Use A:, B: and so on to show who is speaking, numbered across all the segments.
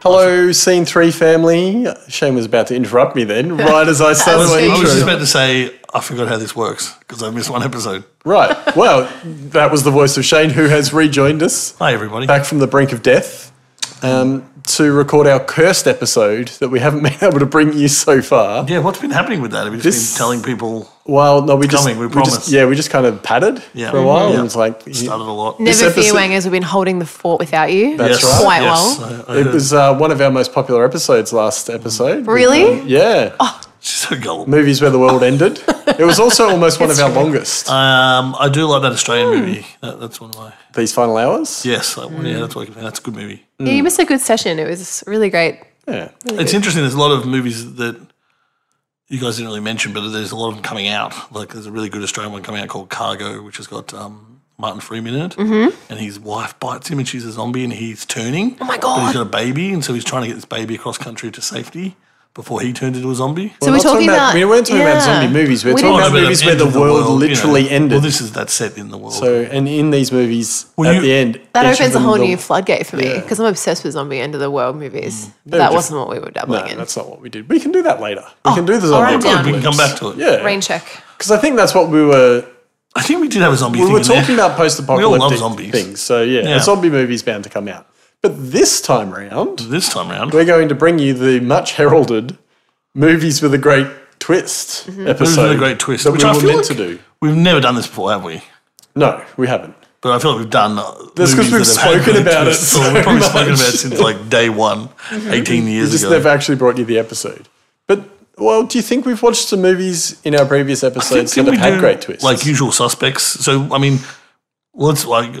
A: Hello, Scene 3 family. Shane was about to interrupt me then, right as I started my
B: I
A: intro.
B: was just about to say I forgot how this works because I missed one episode.
A: Right. Well, that was the voice of Shane, who has rejoined us
B: Hi everybody.
A: back from the brink of death um, to record our cursed episode that we haven't been able to bring you so far.
B: Yeah, what's been happening with that? Have you just
A: This-
B: been telling people
A: Well, no, we just,
B: coming, we
A: just-
B: promise.
A: yeah, we just kind of padded
B: Yeah.
A: for a while,
B: Mhm.
A: and it's like
B: started a lot?
A: This
C: Never fear,
A: episode-
C: Wangers. We've been holding the fort without you.
A: That's right.
C: Quite
B: yes,
C: well.
B: I, I
A: it
B: heard.
A: was uh, one of our most popular episodes last episode.
C: Really?
A: Yeah,
C: Oh.
B: She's so gullible.
A: movies where the world ended. It was also almost one of
C: That's
A: our
C: true.
A: longest.
B: Um, I do like that Australian
C: Hmm.
B: movie. That, that's one of my
A: These final hours.
B: yes. That one, Yeah, that's what, that's a good movie.
A: Mm.
C: Yeah, you missed a good session. It was really great.
A: Yeah.
B: It's interesting. There's a lot of movies that you guys didn't really mention, but there's a lot of them coming out. Like there's a really good Australian one coming out called Cargo, which has got um, Martin Freeman in it,
A: Mm-hmm.
B: and his wife bites him, and she's a zombie, and he's turning. Oh
C: my
B: But he's
C: God.
B: got a baby, and so he's trying to get this baby across country to safety before he turned into a zombie.
C: So
A: We're
C: we're
A: not
C: talking about.
A: we weren't talking about
C: yeah.
A: zombie movies. We're
C: We
A: talking
C: didn't-
A: about
B: but
A: movies
B: that
A: where the
B: ended
A: world,
B: you know.
A: literally ended.
B: Well, this is that set in the world.
A: so, and in these movies,
B: Well,
A: at
B: you-
A: the end,
C: That
A: each of
C: opens a
A: them
C: whole
A: will-
C: new floodgate for me
A: Yeah.
C: because I'm obsessed with zombie end of the world movies. But
A: They were
C: that
A: just-
C: wasn't what we were
A: No,
C: doubling in.
A: that's not what we did. We can do that later.
C: Oh,
A: We can do the
C: all right,
A: zombie.
C: down.
A: apocalypse.
B: we can come back to it.
A: Yeah,
C: Rain check.
A: because I think that's what we were.
B: I think we did have a zombie.
A: We
B: thing
A: were
B: in
A: talking
B: there.
A: about
B: all love
A: post-apocalyptic
B: zombies.
A: things. So yeah,
B: Yeah.
A: a zombie movie's bound to come out. But this time round,
B: this time round.
A: we're going to bring you the much heralded movies with a great twist
C: Mm-hmm.
B: This is
A: episode.
B: a great twist,
A: that
B: which
A: we
B: I
A: were
B: feel
A: meant
B: like
A: to do.
B: We've never done this before, have we?
A: No, we haven't.
B: But I feel like we've done. uh,
A: That's 'cause
B: movies
A: we've
B: that have had
A: spoken
B: good
A: about it
B: twists.
A: so
B: we've probably
A: much. Mm-hmm.
B: spoken about it since like day one, 18 years
A: just
B: ago.
A: never actually brought you the episode. But well, do you think we've watched some movies in our previous episodes that
B: Didn't
A: have had
B: do,
A: great twists?
B: Like usual suspects. So I mean, let's like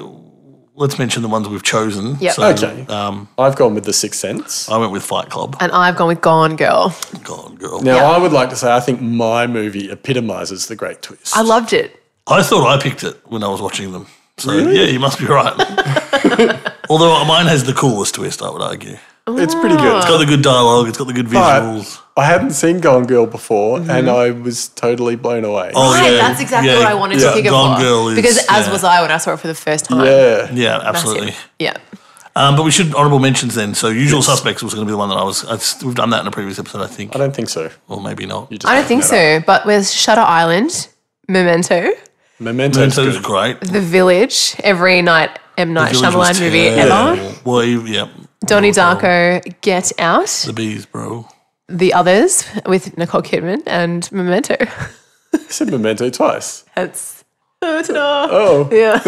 B: let's mention the ones we've chosen.
C: Yep.
B: So,
A: Okay.
B: Um,
A: I've gone with The Sixth Sense.
B: I went with Fight Club.
C: And I've gone with Gone Girl.
B: God, girl.
A: Now
C: Yeah.
A: I would like to say I think my movie epitomizes the great twist.
C: I loved it.
B: I thought I picked it when I was watching them. So yeah, you must be right. Although uh, mine has the coolest twist, I would argue. It's
A: it's pretty good.
B: got the good dialogue. It's got the good visuals.
A: But I hadn't seen Gone Girl before, and I was totally blown away.
B: Mm-hmm. Oh,
C: Right,
B: yeah,
C: that's exactly
B: yeah,
C: what I wanted
B: yeah.
C: to pick it
B: Gone
C: for.
B: Girl is-
C: because as
B: yeah.
C: was I when I saw it for the first time.
A: yeah,
B: Yeah,
C: Massive.
B: absolutely.
C: Yeah.
B: Um, but we should honourable mentions then. So usual suspects was going to be the one that I was. I, s- we've done that in a previous episode, I think,
A: I don't think so.
B: or maybe not.
A: Just
C: I don't
A: making
C: think
A: that up.
C: so. But with Shutter Island, Memento,
A: Memento's
B: So it was
A: good.
B: great.
C: The Village, every night M Night
B: Village
C: Shyamalan
B: was
C: movie
B: terrible.
C: ever,
B: Well, you- yeah,
C: Donnie Darko, Get Out,
B: the bees, bro.
C: The Others with Nicole Kidman, and Memento.
A: I said Memento twice.
C: That's oh, ta-da.
A: Oh,
C: yeah.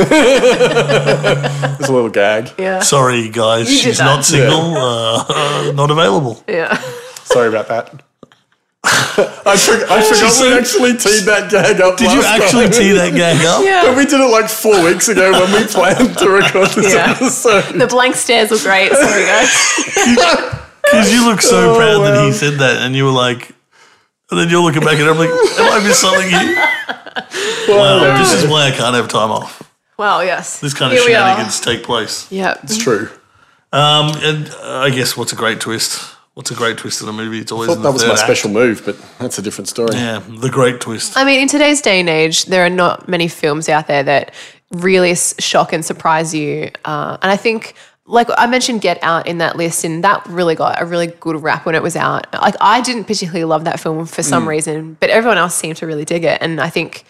A: it's a little gag.
C: Yeah.
B: Sorry, guys,
C: You did
B: she's
C: that.
B: not single, uh, not available.
C: Yeah.
A: Sorry about that. I, for- I forgot we
B: said-
A: actually teed that gag up.
B: Did you
A: last
B: actually
A: time.
B: tee that gang up?
A: But
C: Yeah.
A: we did it like four weeks ago when we planned to record this
C: Yeah.
A: episode.
C: The blank stares were great. Sorry, guys.
B: Because you look so
A: Oh,
B: proud that
A: wow.
B: he said that, and you were like, and then you're looking back at him like, have I missed something here? Wow, this is why I can't have time off.
C: Wow. Yes.
B: This kind of
C: Here we are.
B: shenanigans take place.
C: Yeah.
A: It's true.
B: Um, and uh, I guess what's a great twist? What's a great twist in a movie? It's always in the
A: That was my
B: third act.
A: special move, but that's a different story.
B: Yeah, the great twist.
C: I mean, in today's day and age, there are not many films out there that really s- shock and surprise you. Uh, and I think, like I mentioned, Get Out in that list, and that really got a really good rap when it was out. Like I didn't particularly love that film for
B: Mm.
C: some reason, but everyone else seemed to really dig it. And I think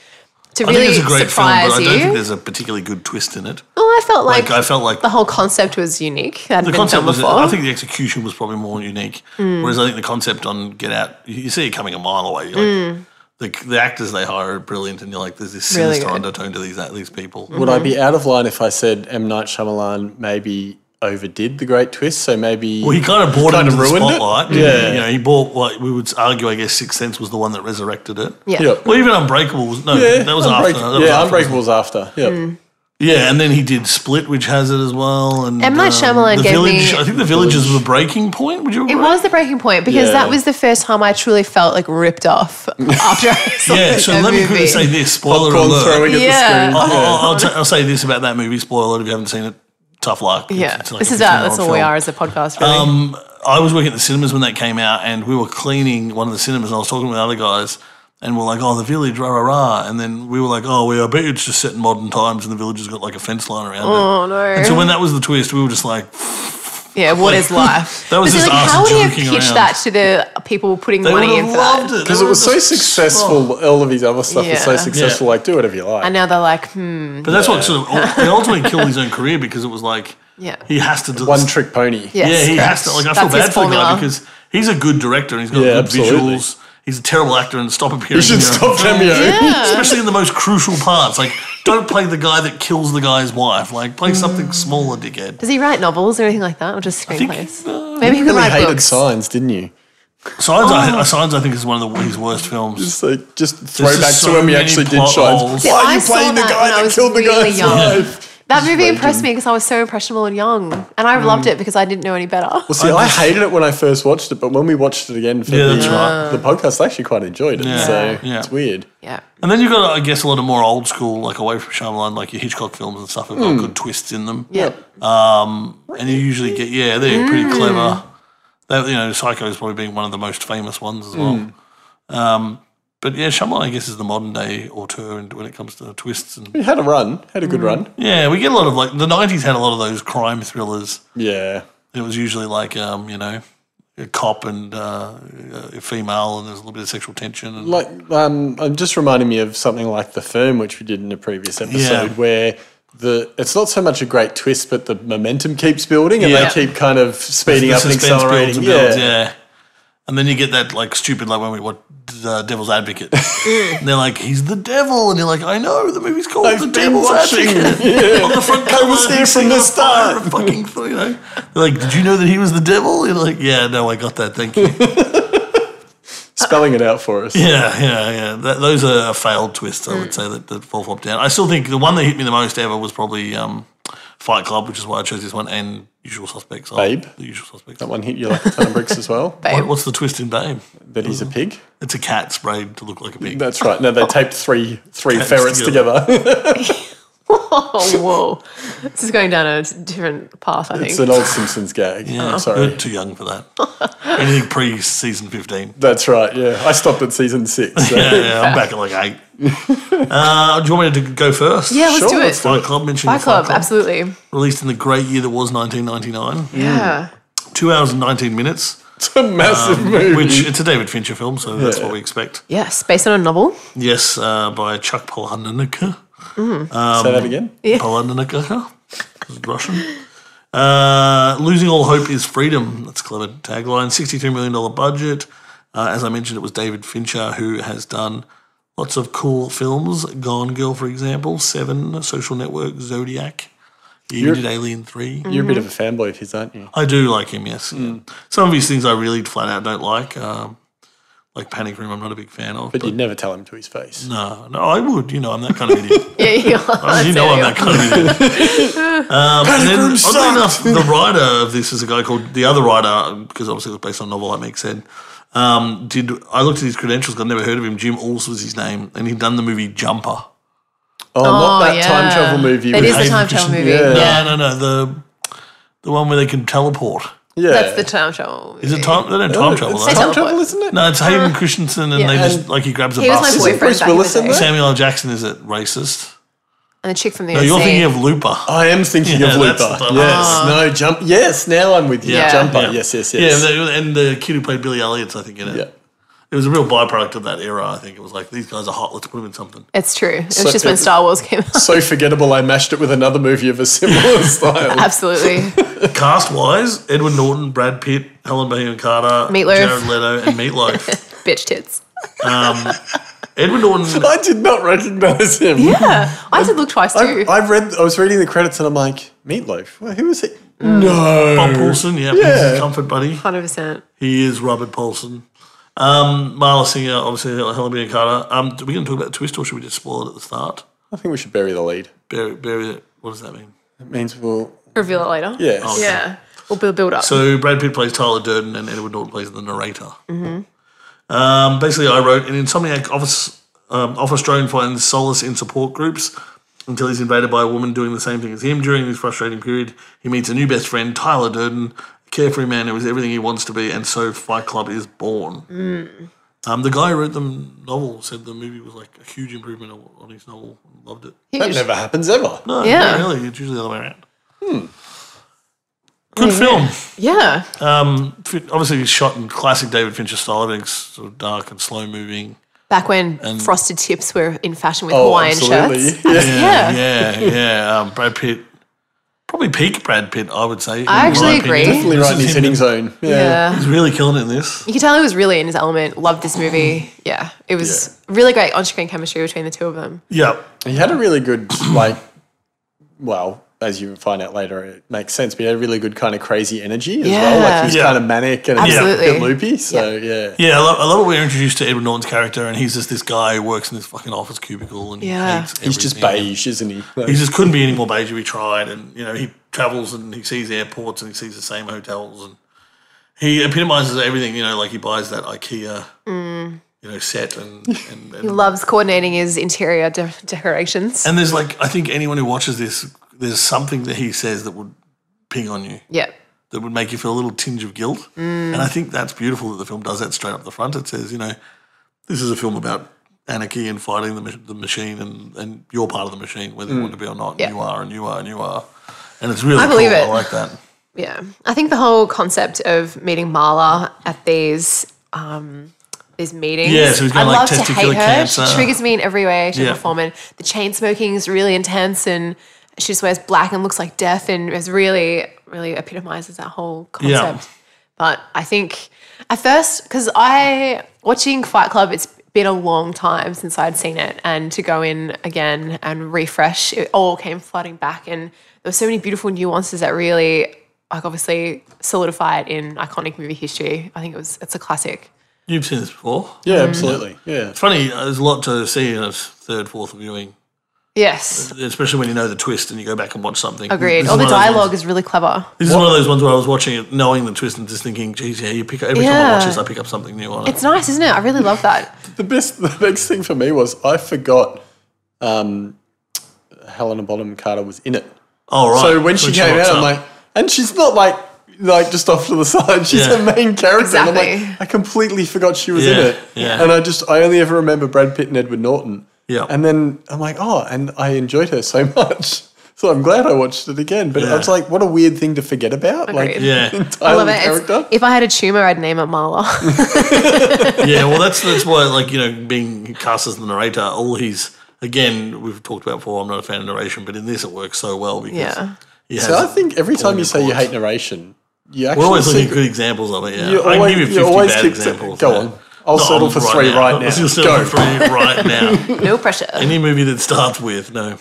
C: to
B: I
C: really
B: think it's a great film,
C: surprise
B: but I don't
C: you,
B: think there's a particularly good twist in it.
C: well, I felt like,
B: Like, I felt like
C: the whole concept was unique. That had
B: the
C: been
B: concept
C: done
B: was.
C: before. Hmm.
B: I think the execution was probably more unique. Whereas I think the concept on Get Out, you you see it coming a mile away. You're Like, the, the actors they hire are brilliant, and you're like, there's this
C: Hmm. Really
B: sinister
C: good.
B: undertone to these these people.
A: Would I be out of line if I said M. Night Shyamalan maybe overdid the great twist? So maybe.
B: Well, he kind of brought it
A: Kinda
B: into the
A: ruined it.
B: spotlight.
A: Yeah.
B: you know, he bought what we would argue. I guess Sixth Sense was the one that resurrected it.
C: yeah.
A: Yep.
B: Well, even Unbreakable was no,
A: yeah,
B: that was
A: Unbreak-
B: after. That was
A: yeah,
B: after.
A: Unbreakable's after. Yeah.
C: Mm.
B: Yeah, and then he did Split, which has it as well. And um,
C: M. Night Shyamalan
B: the
C: gave
B: village,
C: me-
B: I think the village is the breaking point. Would you?
C: It
B: agree?
C: was the breaking point because
A: Yeah.
C: that was the first time I truly felt like ripped off after I saw
B: Yeah. So
C: that
B: let me
C: movie.
B: quickly say this. Spoiler
A: Popcorn
B: alert.
A: throwing at
C: Yeah.
A: the
B: I'll,
A: screen.
B: I'll, I'll, t- I'll say this about that movie. Spoiler alert if you haven't seen it. Tough luck. It's-
C: Yeah,
B: it's like
C: this
B: a
C: is our, that's
B: 15-year-old
C: all we
B: film.
C: are as a podcast. Really.
B: Um, I was working at the cinemas when that came out, and we were cleaning one of the cinemas, and I was talking with other guys, and we're like, "Oh, the village, rah rah rah," and then we were like, "Oh, well, I bet it's just set in modern times, and the village has got like a fence line around it."
C: oh no!
B: And so when that was the twist, we were just like, life.
C: Yeah, what is life?
B: That was
C: But see,
B: just
C: like,
B: us
C: how would he have
B: joking
C: pitched
B: around.
C: that to the people putting
B: They would
C: money in
B: have
C: for that?
B: loved it.
A: Because it was so successful, all of his other stuff was so
C: Yeah.
A: successful.
B: Yeah.
A: Like, do whatever you like.
C: And now they're like, hmm,
B: But that's what sort of it ultimately killed his own career because it was like
C: Yeah.
B: he has to do
A: One trick pony.
C: yes,
B: yeah, he has
C: correct.
B: to. Like, I
C: That's
B: feel
C: his
B: bad for the guy
C: formula.
B: because he's a good director and he's got
A: Yeah,
B: good
A: absolutely.
B: visuals. He's a terrible actor and stop appearing.
A: You should
B: in your own
A: stop
B: film.
A: cameo.
B: especially in the most crucial parts. Like, don't play the guy that kills the guy's wife. Like, play
C: Mm.
B: something smaller, dickhead.
C: Does he write novels or anything like that, or just
B: think, uh,
C: screenplays? Maybe he could
A: really
C: write
A: hated
C: books.
A: signs, didn't you?
B: Signs,
C: Oh.
B: I, Signs, I think is one of the, his worst films.
A: Just like just throw
B: just
A: back
B: so
A: to when we
B: many
A: actually did
B: plot
A: signs.
B: holes.
A: Why
B: See,
A: are
C: I
A: you
C: saw
A: playing the
C: that
A: guy
C: when I
A: that
C: was
A: killed the
C: really
A: guy's
C: young.
A: wife?
C: That movie impressed me because I was so impressionable and young, and
B: Mm.
C: I loved it because I didn't know any better.
A: Well, see, I, hated it when I first watched it, but when we watched it again for
B: Yeah,
A: the,
B: that's right.
A: the podcast, I actually quite enjoyed it.
B: Yeah.
A: So
B: Yeah.
A: it's weird.
C: Yeah,
B: And then you've got, I guess, a lot of more old school, like away from Shyamalan, like your Hitchcock films and stuff have
A: Hmm.
B: got good twists in them.
C: yeah,
B: And you usually get, yeah, they're pretty clever. That, you know, Psycho's probably being one of the most famous ones as well. Um, but yeah, Shyamalan, I guess, is the modern day auteur and when it comes to twists and
A: It had a run, had a good
C: Mm.
A: run.
B: yeah, we get a lot of like the '90s had a lot of those crime thrillers.
A: Yeah.
B: It was usually like, um, you know, a cop and uh, a female, and there's a little bit of sexual tension. And,
A: Like, um, I'm just reminding me of something like the firm, which we did in a previous episode,
B: Yeah.
A: where the it's not so much a great twist, but the momentum keeps building, and
B: Yeah.
A: they keep kind of speeding
B: the
A: up and
B: suspense builds
A: accelerating.
B: and builds, yeah. And then you get that like stupid like when we watch uh, Devil's Advocate, and they're like, "He's the devil," and you're like, "I know the movie's called
A: Mm. I've
B: The
A: been
B: Devil's
A: watching.
B: Advocate."
A: Yeah.
B: On the front
A: I
B: cover,
A: was there
B: he's
A: from the
B: singing fire
A: start.
B: of Fucking, thing, you know, they're like, "Did you know that he was the devil?" You're like, "Yeah, no, I got that. Thank you."
A: Spelling it out for us.
B: Yeah, yeah, yeah. That, those are failed twists, I
A: Mm.
B: would say, that, that fall flop down. I still think the one that hit me the most ever was probably um, Fight Club, which is why I chose this one, and Usual Suspects. Oh,
A: Babe?
B: The Usual Suspects.
A: That one hit you like a ton of bricks as well.
B: What, what's the twist in Babe?
A: That he's a pig.
B: It's a cat sprayed to look like a pig.
A: That's right. No, they taped three three
B: Tapes
A: ferrets
B: together.
A: together.
C: Oh, whoa. This is going down a different path, I
A: it's
C: think.
A: an old Simpsons gag.
B: Yeah,
C: Uh-huh.
A: I'm sorry.
B: You're too young for that. Anything pre season 15.
A: That's right. Yeah, I stopped at season six. So.
B: Yeah, yeah, I'm back at like eight. Uh, do you want me to go first?
C: yeah, let's
A: Sure,
C: do
A: let's
C: it.
B: Fight Club Mm. mentioned
C: Fight Club, absolutely.
B: Released in the great year that was 1999.
C: Yeah.
B: Two hours and 19 minutes,
A: It's a massive movie.
B: Um, which it's a David Fincher film, so that's what we expect.
C: Yes, based on a novel.
B: Yes, uh, by Chuck Palahniuk.
A: Say
B: um,
A: that again.
C: Yeah.
B: Palahniuk, He's Russian. Uh, Losing all hope is freedom. That's a clever tagline. Sixty-two million dollar budget. Uh, as I mentioned, it was David Fincher who has done lots of cool films. Gone Girl, for example, Seven, Social Network, Zodiac. He even did Alien Three.
A: You're a bit of a fanboy of his, aren't you?
B: I do like him. Yes, yeah. some of his things I really flat out don't like. Um, like Panic Room, I'm not a big fan of.
A: But
B: But
A: you'd never tell him to his face.
B: no, no, I would. You know, I'm that kind of idiot.
C: Yeah, yeah.
B: Well, you know I'm that kind of idiot. um, and then,
A: room
B: oddly
A: sucked.
B: enough, the writer of this is a guy called the other writer, because obviously it was based on a novel, like Meg said. Um, did I looked at his credentials? 'cause I'd never heard of him. Jim Alls was his name, and he'd done the movie Jumper.
A: Oh, not that time travel movie.
C: That
A: with-
C: is the
B: Hayden
C: time travel
B: Christensen.
C: movie.
A: Yeah.
C: Yeah.
B: No, no, no, the the one where they can teleport.
A: yeah.
C: That's the time travel.
B: Is it time? They don't time travel.
A: Oh, It's
B: though.
A: time
C: teleport.
A: travel, isn't it?
B: no, it's Hayden Christensen, and
C: Yeah.
B: they
A: And
B: just like he grabs a
C: He was
B: bus.
C: my
B: Is it-
C: boyfriend
A: Bruce
C: back in
A: Willis
C: the
A: in
C: day.
A: there?
B: Samuel L. Jackson is it racist?
C: And the chick from the
B: No,
C: OC.
B: you're thinking of Looper.
A: I am thinking
B: Yeah,
A: of
B: that's
A: Looper.
B: the-
A: Yes. No, jump. Yes, now I'm with you.
C: Ah. Yeah.
A: Jumper. Yes, yes, yes.
B: Yeah, and the, and the kid who played Billy Elliot's, I think, in it.
A: Yeah.
B: It was a real byproduct of that era, I think. It was like, these guys are hot, let's put them in something.
C: it's true. It was
A: So
C: just when
A: good.
C: Star Wars came out.
A: so forgettable, I mashed it with another movie of a similar style.
C: Absolutely.
B: Cast wise, Edward Norton, Brad Pitt, Helen Bonham Carter,
C: Meatloaf.
B: Jared Leto, and Meatloaf.
C: Bitch tits.
B: Edward Norton,
A: I did not recognize him.
C: Yeah. I did look twice
A: I,
C: too.
A: I read. I was reading the credits, and I'm like, Meatloaf. Well, who is he? No.
B: Bob Paulson, yeah, he's
A: Yeah.
B: his comfort buddy.
C: 100%.
B: He is Robert Paulson. Um, Marla Singer, obviously, Helen Bonham Carter. Um, are we going to talk about the twist or should we just spoil it at the start?
A: I think we should bury the lead.
B: Bury, bury it. What does that mean?
A: It means we'll.
C: Reveal it later.
A: Yes.
C: Yeah. We'll build, build up.
B: So Brad Pitt plays Tyler Durden, and Edward Norton plays the narrator.
C: Mm-hmm.
B: Um, basically, I wrote an insomniac office um, office drone finds solace in support groups until he's invaded by a woman doing the same thing as him. During this frustrating period, he meets a new best friend, Tyler Durden, a carefree man who is everything he wants to be, and so Fight Club is born.
C: Mm.
B: Um, the guy who wrote the novel said the movie was like a huge improvement on, on his novel. Loved it.
A: That
C: Huge.
A: never happens ever.
B: No,
C: Yeah.
B: not really. It's usually the other way around. Good film.
C: Yeah.
B: Um, fi- obviously, it's shot in classic David Fincher style. It's sort of dark and slow moving.
C: Back when frosted tips were in fashion with
A: Oh,
C: Hawaiian
A: absolutely.
C: shirts.
A: Yeah.
C: Yeah.
B: yeah, yeah. Um, Brad Pitt, probably peak Brad Pitt, I would say.
C: I
B: in my
C: actually
B: opinion.
C: agree.
A: Definitely
B: This
A: right in
B: is
A: his
B: him
A: hitting
B: that-
A: zone. Yeah.
C: Yeah.
B: He's really killing it in this.
C: You could tell he was really in his element, loved this movie. Yeah. It was really great on screen chemistry between the two of them.
B: Yeah,
A: He had a really good, like, well, as you find out later, it makes sense, but he had a really good kind of crazy energy as well. Like, he was
B: Yeah.
A: kind of manic and
C: Absolutely.
A: a bit loopy. So, yeah.
B: yeah. I love, I love it. We're introduced to Edward Norton's character, and he's just this guy who works in this fucking office cubicle, and
C: Yeah.
B: yeah, hates
A: He's just
B: everything.
A: beige, isn't he? Like,
B: He just couldn't be any more beige if he tried. And, you know, he travels and he sees airports and he sees the same hotels. And he epitomizes everything, you know, like he buys that IKEA, you know, set. And, and,
C: He
B: and,
C: loves coordinating his interior de- decorations.
B: and there's like, I think anyone who watches this, there's something that he says that would ping on you,
C: yeah.
B: that would make you feel a little tinge of guilt.
C: Mm.
B: And I think that's beautiful that the film does that straight up the front. It says, you know, this is a film about anarchy and fighting the, mach- the machine and, and you're part of the machine, whether you want to be or not.
C: Mm. Yeah.
B: You are and you are and you are. And it's really
C: I believe
B: cool.
C: it.
B: I like that.
C: Yeah. I think the whole concept of meeting Marla at these um, these meetings.
B: Yeah, so he's got,
C: I
B: like,
C: love to hate her.
B: testicular cancer.
C: She triggers me in every way, shape
B: Yeah.
C: or form. And the chain smoking is really intense and she just wears black and looks like death and is really, really epitomizes that whole concept. But I think at first, because I watching Fight Club, it's been a long time since I'd seen it, and to go in again and refresh, it all came flooding back, and there were so many beautiful nuances that really, like, obviously solidify it in iconic movie history. I think it was it's a classic.
B: You've seen this before.
A: yeah, absolutely. Yeah.
B: It's funny, there's a lot to see in a third, fourth viewing,
C: Yes,
B: especially when you know the twist and you go back and watch something.
C: agreed.
B: This is
C: All the
B: one of those ones-
C: dialogue is really clever.
B: This is one of those ones where I was watching it knowing the twist and just thinking, geez, yeah, you pick up, every time I watch
C: Yeah.
B: this, I pick up something new on it.
C: It's nice, isn't it? I really love that.
A: The best, the biggest thing for me was I forgot um, Helena Bonham Carter was in it.
B: oh, right.
A: So when she came out,
B: walks
A: I'm
B: up.
A: like, and she's not like like just off to the side. She's
B: Yeah.
A: the main character. And I'm
C: Exactly.
A: like, I completely forgot she was in
B: Yeah,
A: it.
B: yeah.
A: And I just I only ever remember Brad Pitt and Edward Norton.
B: Yeah.
A: And then I'm like, oh, and I enjoyed her so much. So I'm glad I watched it again. But I
B: Yeah.
A: was like, what a weird thing to forget about. Like
C: Agreed.
B: yeah,
C: I
A: entire
C: love it. It's-
A: character.
C: if I had a tumor, I'd name it Marla.
B: yeah. Well, that's that's why, like you know, being cast as the narrator, all he's again we've talked about before. I'm not a fan of narration, but in this it works so well because
C: Yeah.
B: he has-
A: so I think every time you
B: your
A: say you
B: points.
A: hate narration, you actually
B: we're always looking
A: see-
B: at good examples of it. Yeah,
A: You
B: I can
A: always-
B: give you
A: you
B: 50
A: always
B: bad
A: keep saying-
B: examples.
A: go
B: yeah.
A: on. I'll settle for three right now.
B: I'll settle
A: Go.
B: for three right now.
C: no pressure.
B: Any movie that starts with no.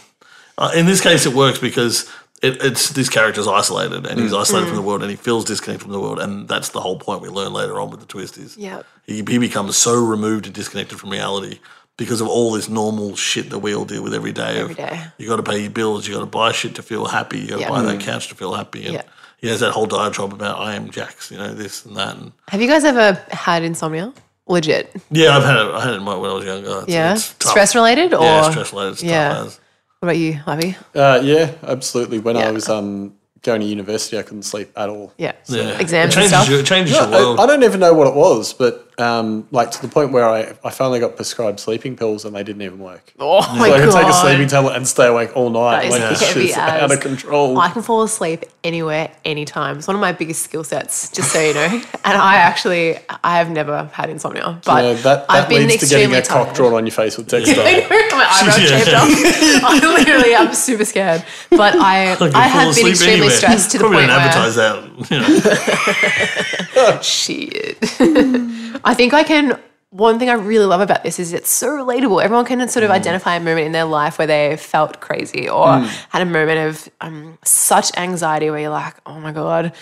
B: Uh, in this case, it works because it, it's this character's isolated and
A: Mm.
B: he's isolated from the world and he feels disconnected from the world, and that's the whole point we learn later on with the twist is
C: Yep.
B: he, he becomes so removed and disconnected from reality because of all this normal shit that we all deal with every day.
C: Every day.
B: You got to pay your bills. You got to buy shit to feel happy. You got to
C: Yeah.
B: buy that
A: Mm.
B: couch to feel happy. And
C: Yeah.
B: he has that whole diatribe about I am Jax, you know, this and that. And
C: Have you guys ever had insomnia? Legit.
B: yeah, I've had it. I had it when I was younger. It's-
C: Yeah.
B: it's tough.
C: Stress related or
B: Yeah, stress related stuff.
C: Yeah.
B: as-
C: What about you, Lavi?
A: Uh, yeah, absolutely. When
C: Yeah.
A: I was um, going to university, I couldn't sleep at all.
C: Yeah.
B: Yeah.
C: Exams
B: it
C: and
B: changes
C: stuff.
B: Your, it changes your
A: I,
B: world.
A: I don't even know what it was, but um, like to the point where I, I finally got prescribed sleeping pills and they didn't even work.
C: oh my
A: so I could
C: god.
A: take a sleeping tablet and stay awake all night.
C: That is
A: Like this
C: heavy
A: shit's
C: as-
A: out of control.
C: I can fall asleep anywhere, anytime. It's one of my biggest skill sets, just so you know. And I actually, I have never had insomnia, but
A: Yeah, that that
C: I've been
A: leads to getting
C: extremely
A: a cock
C: tired.
A: drawn on your face with textile.
C: I know, my eyebrows
B: Yeah.
C: shaved off. I literally, I'm super scared. But I,
B: Like,
C: I
B: you fall
C: have been
B: asleep
C: extremely
B: anywhere.
C: stressed to the
B: Probably
C: point
B: don't
C: where
B: advertise that. You know.
C: shit.
B: Hmm.
C: I think I can. One thing I really love about this is it's so relatable. Everyone can sort of
B: Hmm.
C: identify a moment in their life where they felt crazy or had a moment of um, such anxiety where you're like, oh my God,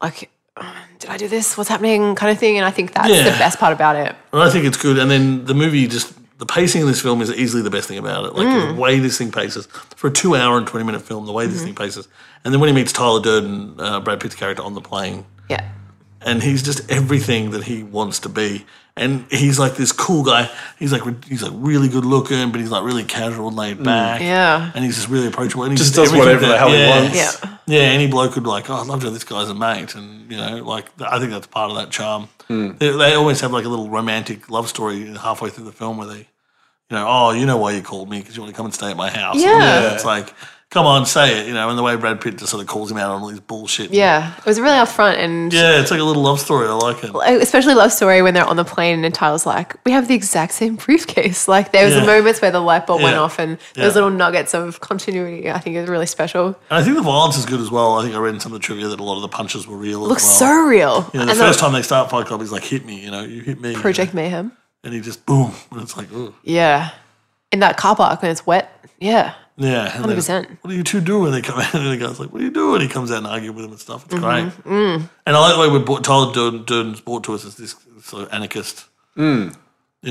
C: like, um, did I do this? What's happening? Kind of thing. And I think that's the
B: Yeah.
C: best part about it.
B: and I think it's good. And then the movie just the pacing in this film is easily the best thing about it. Like the way this thing paces for a two hour and twenty minute film, the way this thing paces. And then when he meets Tyler Durden, uh, Brad Pitt's character on the plane,
C: Yeah.
B: and he's just everything that he wants to be. And he's like this cool guy. He's like re- he's like really good looking, but he's like really casual, and laid back.
C: Yeah.
B: and he's just really approachable. And he
A: Mm. Just does whatever the hell he wants.
C: Yeah.
B: Yeah, any bloke would be like, oh, I'd love to have this guy as a mate. And, you know, like, th- I think that's part
A: Hmm.
B: of that charm. They, they always have like a little romantic love story halfway through the film where they, you know, oh, you know why you called me because you want to come and stay at my house.
C: Yeah. Yeah.
B: It's like, come on, say it, you know, and the way Brad Pitt just sort of calls him out on all his bullshit.
C: Yeah, it was really upfront and
B: Yeah, it's like a little love story. I like it.
C: especially love story when they're on the plane and Tyler's like, we have the exact same briefcase. Like there was
B: Yeah.
C: moments where the light bulb went
B: Yeah.
C: off and those
B: Yeah.
C: little nuggets of continuity. I think is really special.
B: And I think the violence is good as well. I think I read in some of the trivia that a lot of the punches were real
C: Looks
B: as well.
C: so real.
B: you know, the
C: and
B: first
C: the
B: time they start Fight Club, he's like, hit me, you know, you hit me. you know,
C: Project Mayhem.
B: and he just, boom. And it's like, oh.
C: Yeah, in that car park when it's wet. Yeah,
B: Yeah. and then,
C: 100%.
B: What do you two do when they come in? And the guy's like, what do you do? And he comes out and argues with him and stuff. It's great. And I like the way we're brought, Tyler Durden, Durden's brought to us as this sort of anarchist. You know,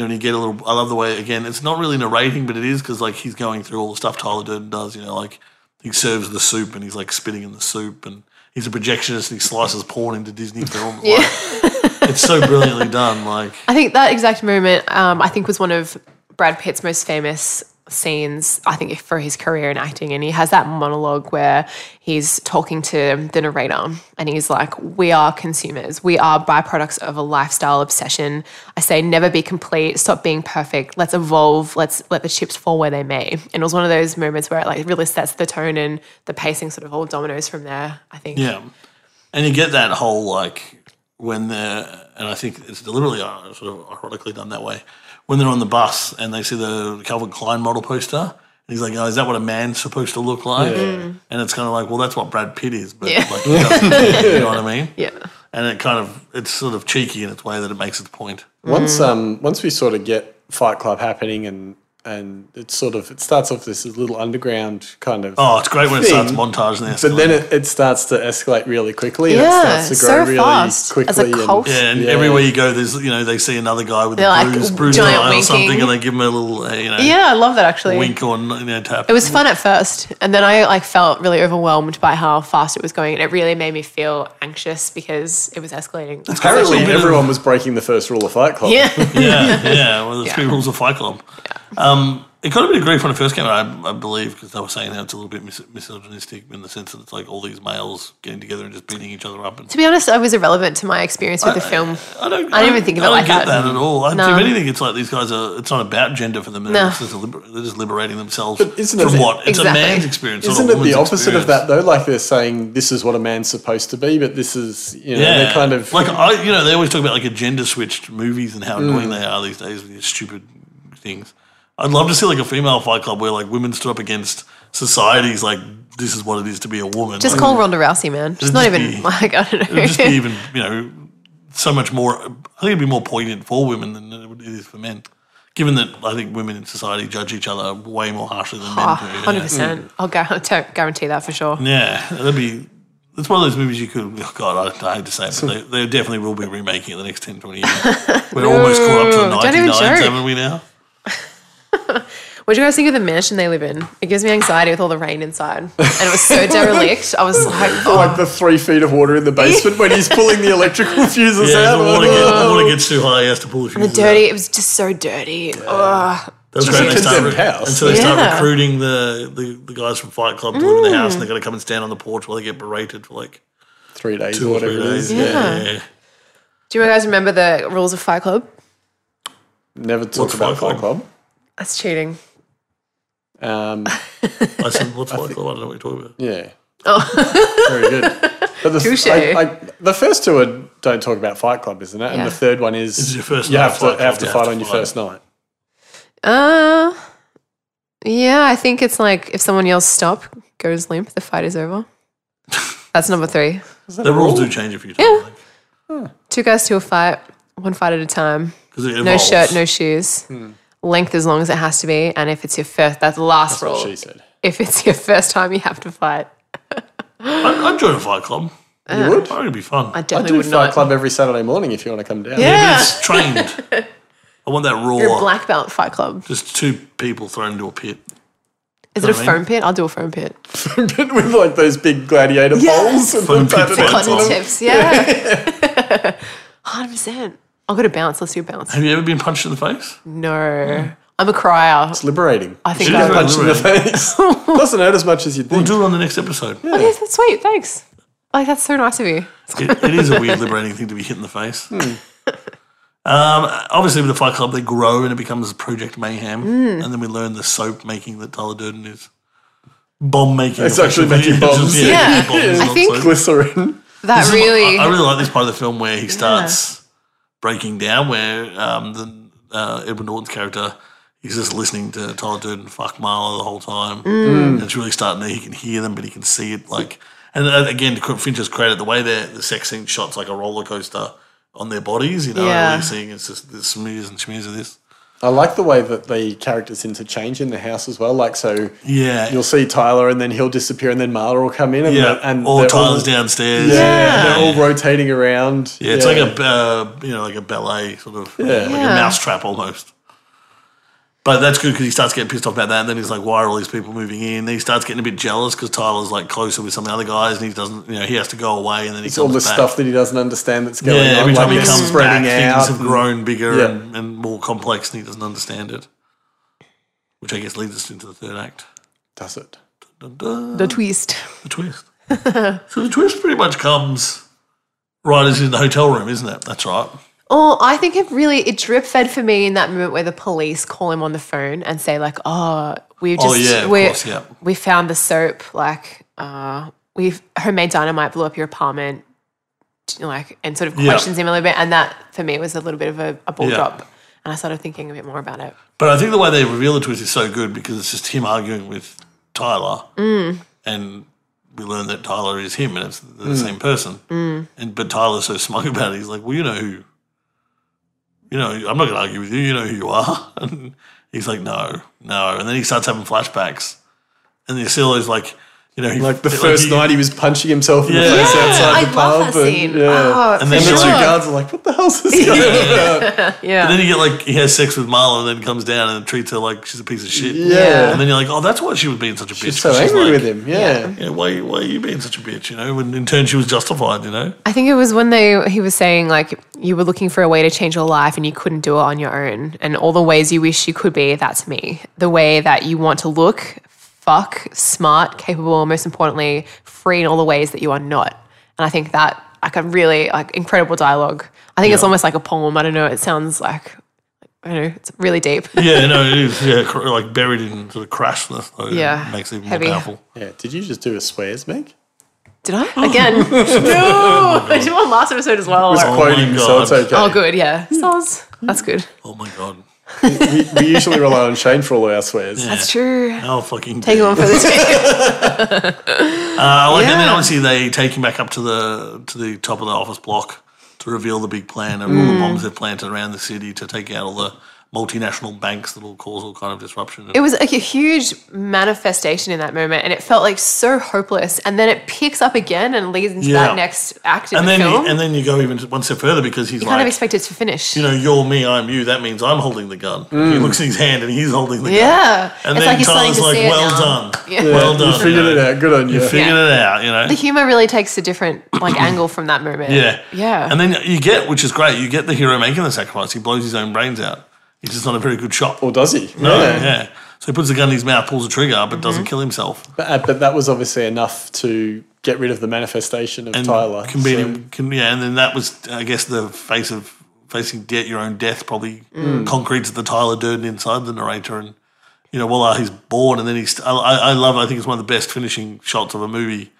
B: and you get a little, I love the way, again, it's not really narrating, but it is because, like, he's going through all the stuff Tyler Durden does. You know, like, he serves the soup and he's, like, spitting in the soup. And he's a projectionist and he slices porn into Disney films. yeah. it's so brilliantly done. Like,
C: I think that exact moment. Um, I think was one of Brad Pitt's most famous scenes. I think for his career in acting, and he has that monologue where he's talking to the narrator, and he's like, "We are consumers. We are byproducts of a lifestyle obsession. I say never be complete. Stop being perfect. Let's evolve. Let's let the chips fall where they may." And it was one of those moments where it like really sets the tone and the pacing sort of all dominoes from there. I think.
B: Yeah, and you get that whole like when they're, and I think it's deliberately uh, sort of ironically done that way. When they're on the bus and they see the Calvin Klein model poster, and he's like, "Oh, is that what a man's supposed to look like?" And it's kind of like, "Well, that's what Brad Pitt is," but
C: Mm. Yeah.
B: like, he doesn't, you know what I mean?
C: Yeah.
B: And it kind of it's sort of cheeky in its way that it makes its point.
A: Once
C: Mm.
A: um once we sort of get Fight Club happening and and it's sort of it starts off this little underground kind of
B: Oh, it's great when it starts
A: Thing.
B: montage and
A: but
B: escalating.
A: then it, it starts to escalate really quickly
C: Yeah,
A: and it starts to grow
C: so
A: really
C: fast.
A: quickly
C: As a
A: and-
C: cult.
B: Yeah, and
A: Yeah.
B: everywhere you go, there's you know they see another guy with
C: They're
B: a
C: like,
B: bruise, bruised
C: giant
B: eye or something,
C: winking.
B: and they give him a little uh, you know
C: Yeah, I love that actually.
B: wink or you know tap.
C: It was fun at first, and then I like felt really overwhelmed by how fast it was going, and it really made me feel anxious because it was escalating.
A: Apparently,
B: That's a little bit of-
A: everyone was breaking the first rule of Fight Club.
C: yeah,
B: yeah, yeah. Well, the three
C: Yeah.
B: rules of Fight Club. Um, it got a bit of grief when it first came out, I, I believe, because they were saying that it's a little bit mis- misogynistic in the sense that it's like all these males getting together and just beating each other up. And
C: to be honest, I was irrelevant to my experience with the film.
B: Uh, I don't.
C: I didn't even think of
B: I
C: it
B: don't
C: like
B: get
C: that.
B: that. at all. I,
C: No.
B: If anything, it's like these guys are. It's not about gender for them. They're,
C: No.
B: just, liber- they're just liberating themselves
A: isn't
B: from
A: it-
B: what? It's
C: Exactly.
B: a man's experience.
A: Isn't
B: not a
A: it the
B: woman's
A: opposite
B: experience.
A: of that though? Like they're saying this is what a man's supposed to be, but this is you know they're kind of Mm.
B: like I, you know, they always talk about like a gender switched movies and how annoying they are these days with these stupid things. I'd love to see like a female fight club where like women stood up against societies like this is what it is to be a woman.
C: Just
B: Like,
C: call Ronda Rousey, man. Just not
B: just
C: even
B: be-
C: like I don't
B: it would just be
C: know.
B: even you know so much more. I think it'd be more poignant for women than it would- it is for men. Given that I think women in society judge each other way more harshly than men do. you know?
C: Ah, Hundred
B: Mm.
C: percent. I'll guarantee, guarantee that for sure.
B: Yeah, that'd be. It's one of those movies you could. Oh God, I, I hate to say it, but they, they definitely will be remaking it the next 10, 20 years. We're almost caught up to the
C: don't even
B: 99s,
C: joke.
B: haven't we now?
C: What do you guys think of the mansion they live in? It gives me anxiety with all the rain inside, and it was so derelict. I was like, oh,
A: like the three feet of water in the basement when he's pulling the electrical fuses
B: Yeah,
A: out.
B: the water, get, the water gets too high, he has to pull the
C: the
B: fuses
C: dirty. It was just so dirty. Ugh.
B: That's great. They
A: It's a
B: start,
A: condemned house.
B: and so they
C: Yeah.
B: start recruiting the, the, the guys from Fight Club to live in the house, and they're going to come and stand on the porch while they get berated for like
A: Three days,
B: two
A: or
B: or three
A: whatever it is.
B: days.
C: Yeah. Do you guys remember the rules of Fight Club?
A: Never talk
B: What's
A: about
B: Fight
A: Fight Club.
C: That's cheating.
A: Um,
B: I said, "What's Fight Club? I don't know what you're talking about."
A: yeah. Oh, very good. But the,
C: Touche.
A: I- I- the first two are don't talk about Fight Club, isn't it? And
C: Yeah.
A: the third one is,
B: This is your first
A: you
B: night
A: have
B: at
A: to
B: Fight Club,
A: have to
B: you
A: fight on your first night.
C: Uh, yeah, I think it's like if someone yells stop, goes limp, the fight is over. That's number three.
B: The rules do change a few times
C: Two guys to a fight, one fight at a time.
B: because it
C: No
B: evolves.
C: shirt, no shoes. Length as long as it has to be. And if it's your first, that's the last
A: That's what
C: rule.
A: she said.
C: If it's your first time, you have to fight.
B: I, I'd join a Fight Club.
A: You would.
B: I think it'd be fun.
C: Uh, I
A: I
C: definitely
A: do
C: would
A: Fight
C: not.
A: Club every Saturday morning if you want to come down.
C: Yeah.
B: Yeah, but it's trained. I want that raw.
C: You're a black belt fight club.
B: Just two people thrown into a pit.
C: Is it a
B: what I mean?
C: foam pit? I'll do a foam pit.
A: with like those big gladiator poles and
B: Foam
A: the battered
B: pit fights.
A: aluminum.
C: Cotton tips, yeah. Hundred percent. I'll go to bounce. Let's do bounce.
B: Have you ever been punched in the face?
C: No, I'm a crier.
A: It's liberating.
C: I think
B: Should
C: I
B: you
C: would.
A: Punch in the face. Doesn't hurt as much as you'd
B: We'll
A: think.
B: do it on the next episode.
C: Oh, yeah, that's sweet. Thanks. Like that's so nice of you. Hmm.
B: It, it is a weird liberating thing to be hit in the face. Um, obviously, with the Fight Club, they grow and it becomes Project Mayhem,
C: Hmm.
B: and then we learn the soap making that Tyler Durden is bomb making.
A: It's actually
B: effectively.
A: making bombs.
C: Yeah.
B: making bombs,
C: I
B: not
C: think-
B: soap.
A: Glycerin.
C: That
B: This is what-
C: really.
B: I, I really like this part of the film where he starts breaking down, where um, the uh, Edward Norton's character he's just listening to Tyler Durden fuck Marla the whole time,
C: Mm.
B: and it's really starting to he can hear them, but he can see it like. And uh, again, to Fincher's credit, the way that the sex scene shots like a roller coaster on their bodies, you know,
C: Yeah.
B: really seeing it's just the smears and smears of this.
A: I like the way that the characters interchange in the house as well. Like, so
B: Yeah,
A: you'll see Tyler and then he'll disappear and then Marla will come in and,
B: yeah,
A: the- and
B: all
A: they're
B: Tyler's
A: all,
B: downstairs.
A: Yeah, they're all rotating around.
B: Yeah, it's like a uh, you know like a ballet sort of like a
C: Yeah.
B: mousetrap almost. But that's good because he starts getting pissed off about that. And then he's like, "Why are all these people moving in?" Then he starts getting a bit jealous because Tyler's like closer with some of the other guys, and he doesn't, you know, he has to go away, and then he
A: It's
B: comes
A: all the
B: back.
A: stuff that he doesn't understand that's
B: yeah,
A: going on.
B: every
A: like
B: time he
A: they're
B: comes back,
A: spreading
B: things
A: out.
B: have grown bigger
A: Yeah.
B: and, and more complex, and he doesn't understand it. Which I guess leads us into the third act.
A: Does it?
B: Dun, dun.
C: the twist.
B: The twist. so the twist pretty much comes right as in the hotel room, isn't it? That's right.
C: Oh, I think it really it drip fed for me in that moment where the police call him on the phone and say like, "Oh, we just
B: Oh, yeah, of
C: we
B: course, yeah.
C: we found the soap. Like, uh, we've homemade dynamite blew up your apartment. Like, and sort of
B: Yeah.
C: questions him a little bit. And that for me was a little bit of a, a ball
B: Yeah.
C: drop. And I started thinking a bit more about it.
B: But I think the way they reveal the twist is so good because it's just him arguing with Tyler, and we learn that Tyler is him and it's the
A: Mm.
B: same person. And but Tyler's so smug about it, he's like, "Well, you know who, you know, I'm not going to argue with you. You know who you are." And he's like, "No, no." And then he starts having flashbacks, and the Asilo's like, "You know, he,
A: Like the first
B: he-
A: night he was punching himself in the
B: Yeah.
A: face
B: Yeah,
A: outside
C: I
A: the pub.
C: love that
A: and-
C: scene.
A: yeah.
C: Oh,
B: And
C: for
A: And
B: then
A: the
B: Sure.
A: two
C: sure.
A: guards are like, what the hell's this going on? about?"
C: yeah.
B: And then he get like he has sex with Marla, and then comes down and treats her like she's a piece of shit.
A: Yeah.
B: And then you're like, "Oh, that's why she was being such a bitch."
A: She's so
B: 'cause
A: angry
B: like-
A: with him. Yeah.
B: Yeah, why, why are you being such a bitch? You know, when in turn she was justified. You know,
C: I think it was when they he was saying like you were looking for a way to change your life and you couldn't do it on your own and all the ways you wish you could be that's me the way that you want to look fuck smart capable most importantly free in all the ways that you are not and I think that like a really like incredible dialogue I think it's almost like a poem I don't know it sounds like I don't know it's really deep
B: yeah, no, it is, yeah, cr- like buried in sort of crashness. Though,
C: Yeah.
B: it makes it even
C: Heavy.
B: more powerful.
A: Yeah. Did you just do a swears, Meg?
C: did I again no I did one last episode as well
A: Oh
B: my
A: Quoting, so
B: God.
A: it's okay.
C: oh good yeah Soz. that's good
B: Oh my god,
A: we, we usually rely on Shane for all our swears.
C: that's true
B: how fucking
C: take
B: dare
C: one for this
B: you. Uh, like, And then
C: Yeah.
B: obviously they take him back up to the to the top of the office block to reveal the big plan of
C: Mm.
B: all the bombs they've planted around the city to take out all the multinational banks that will cause all kind of disruption.
C: it was like a huge manifestation in that moment and it felt like so hopeless and then it picks up again and leads into
B: Yeah.
C: that next act in
B: and
C: the
B: then
C: film
B: you, and then you go even one step further because he's
C: you kind of
B: like.
C: expect it to finish
B: you know, you're me, I'm you. That means I'm holding the gun.
C: Mm.
B: He looks in his hand and he's holding the gun.
C: yeah
B: And
C: it's
B: then
C: like you're starting
B: Tyler's
C: to
B: like,
C: see it
B: well
C: now.
B: done.
C: Yeah.
B: Well
A: You
B: done.
A: figured
B: you
A: it
B: know.
A: out. Good on you.
B: You figured
C: Yeah.
B: it out, you know.
C: the humor really takes a different like angle from that moment
B: Yeah.
C: yeah
B: And then you get, which is great, you get the hero making the sacrifice. He blows his own brains out. He's just not a very good shot.
A: Or does he?
B: No, yeah. So he puts the gun in his mouth, pulls the trigger, but doesn't
C: Mm-hmm.
B: kill himself.
A: But, uh, but that was obviously enough to get rid of the manifestation of
B: And
A: Tyler.
B: Can beat
A: so-
B: him. Can, yeah. And then that was, I guess, the face of facing death, your own death, probably
C: Mm.
B: concretes the Tyler Durden inside the narrator. And, you know, well, he's born. And then he's, I, I I love, I think it's one of the best finishing shots of a movie.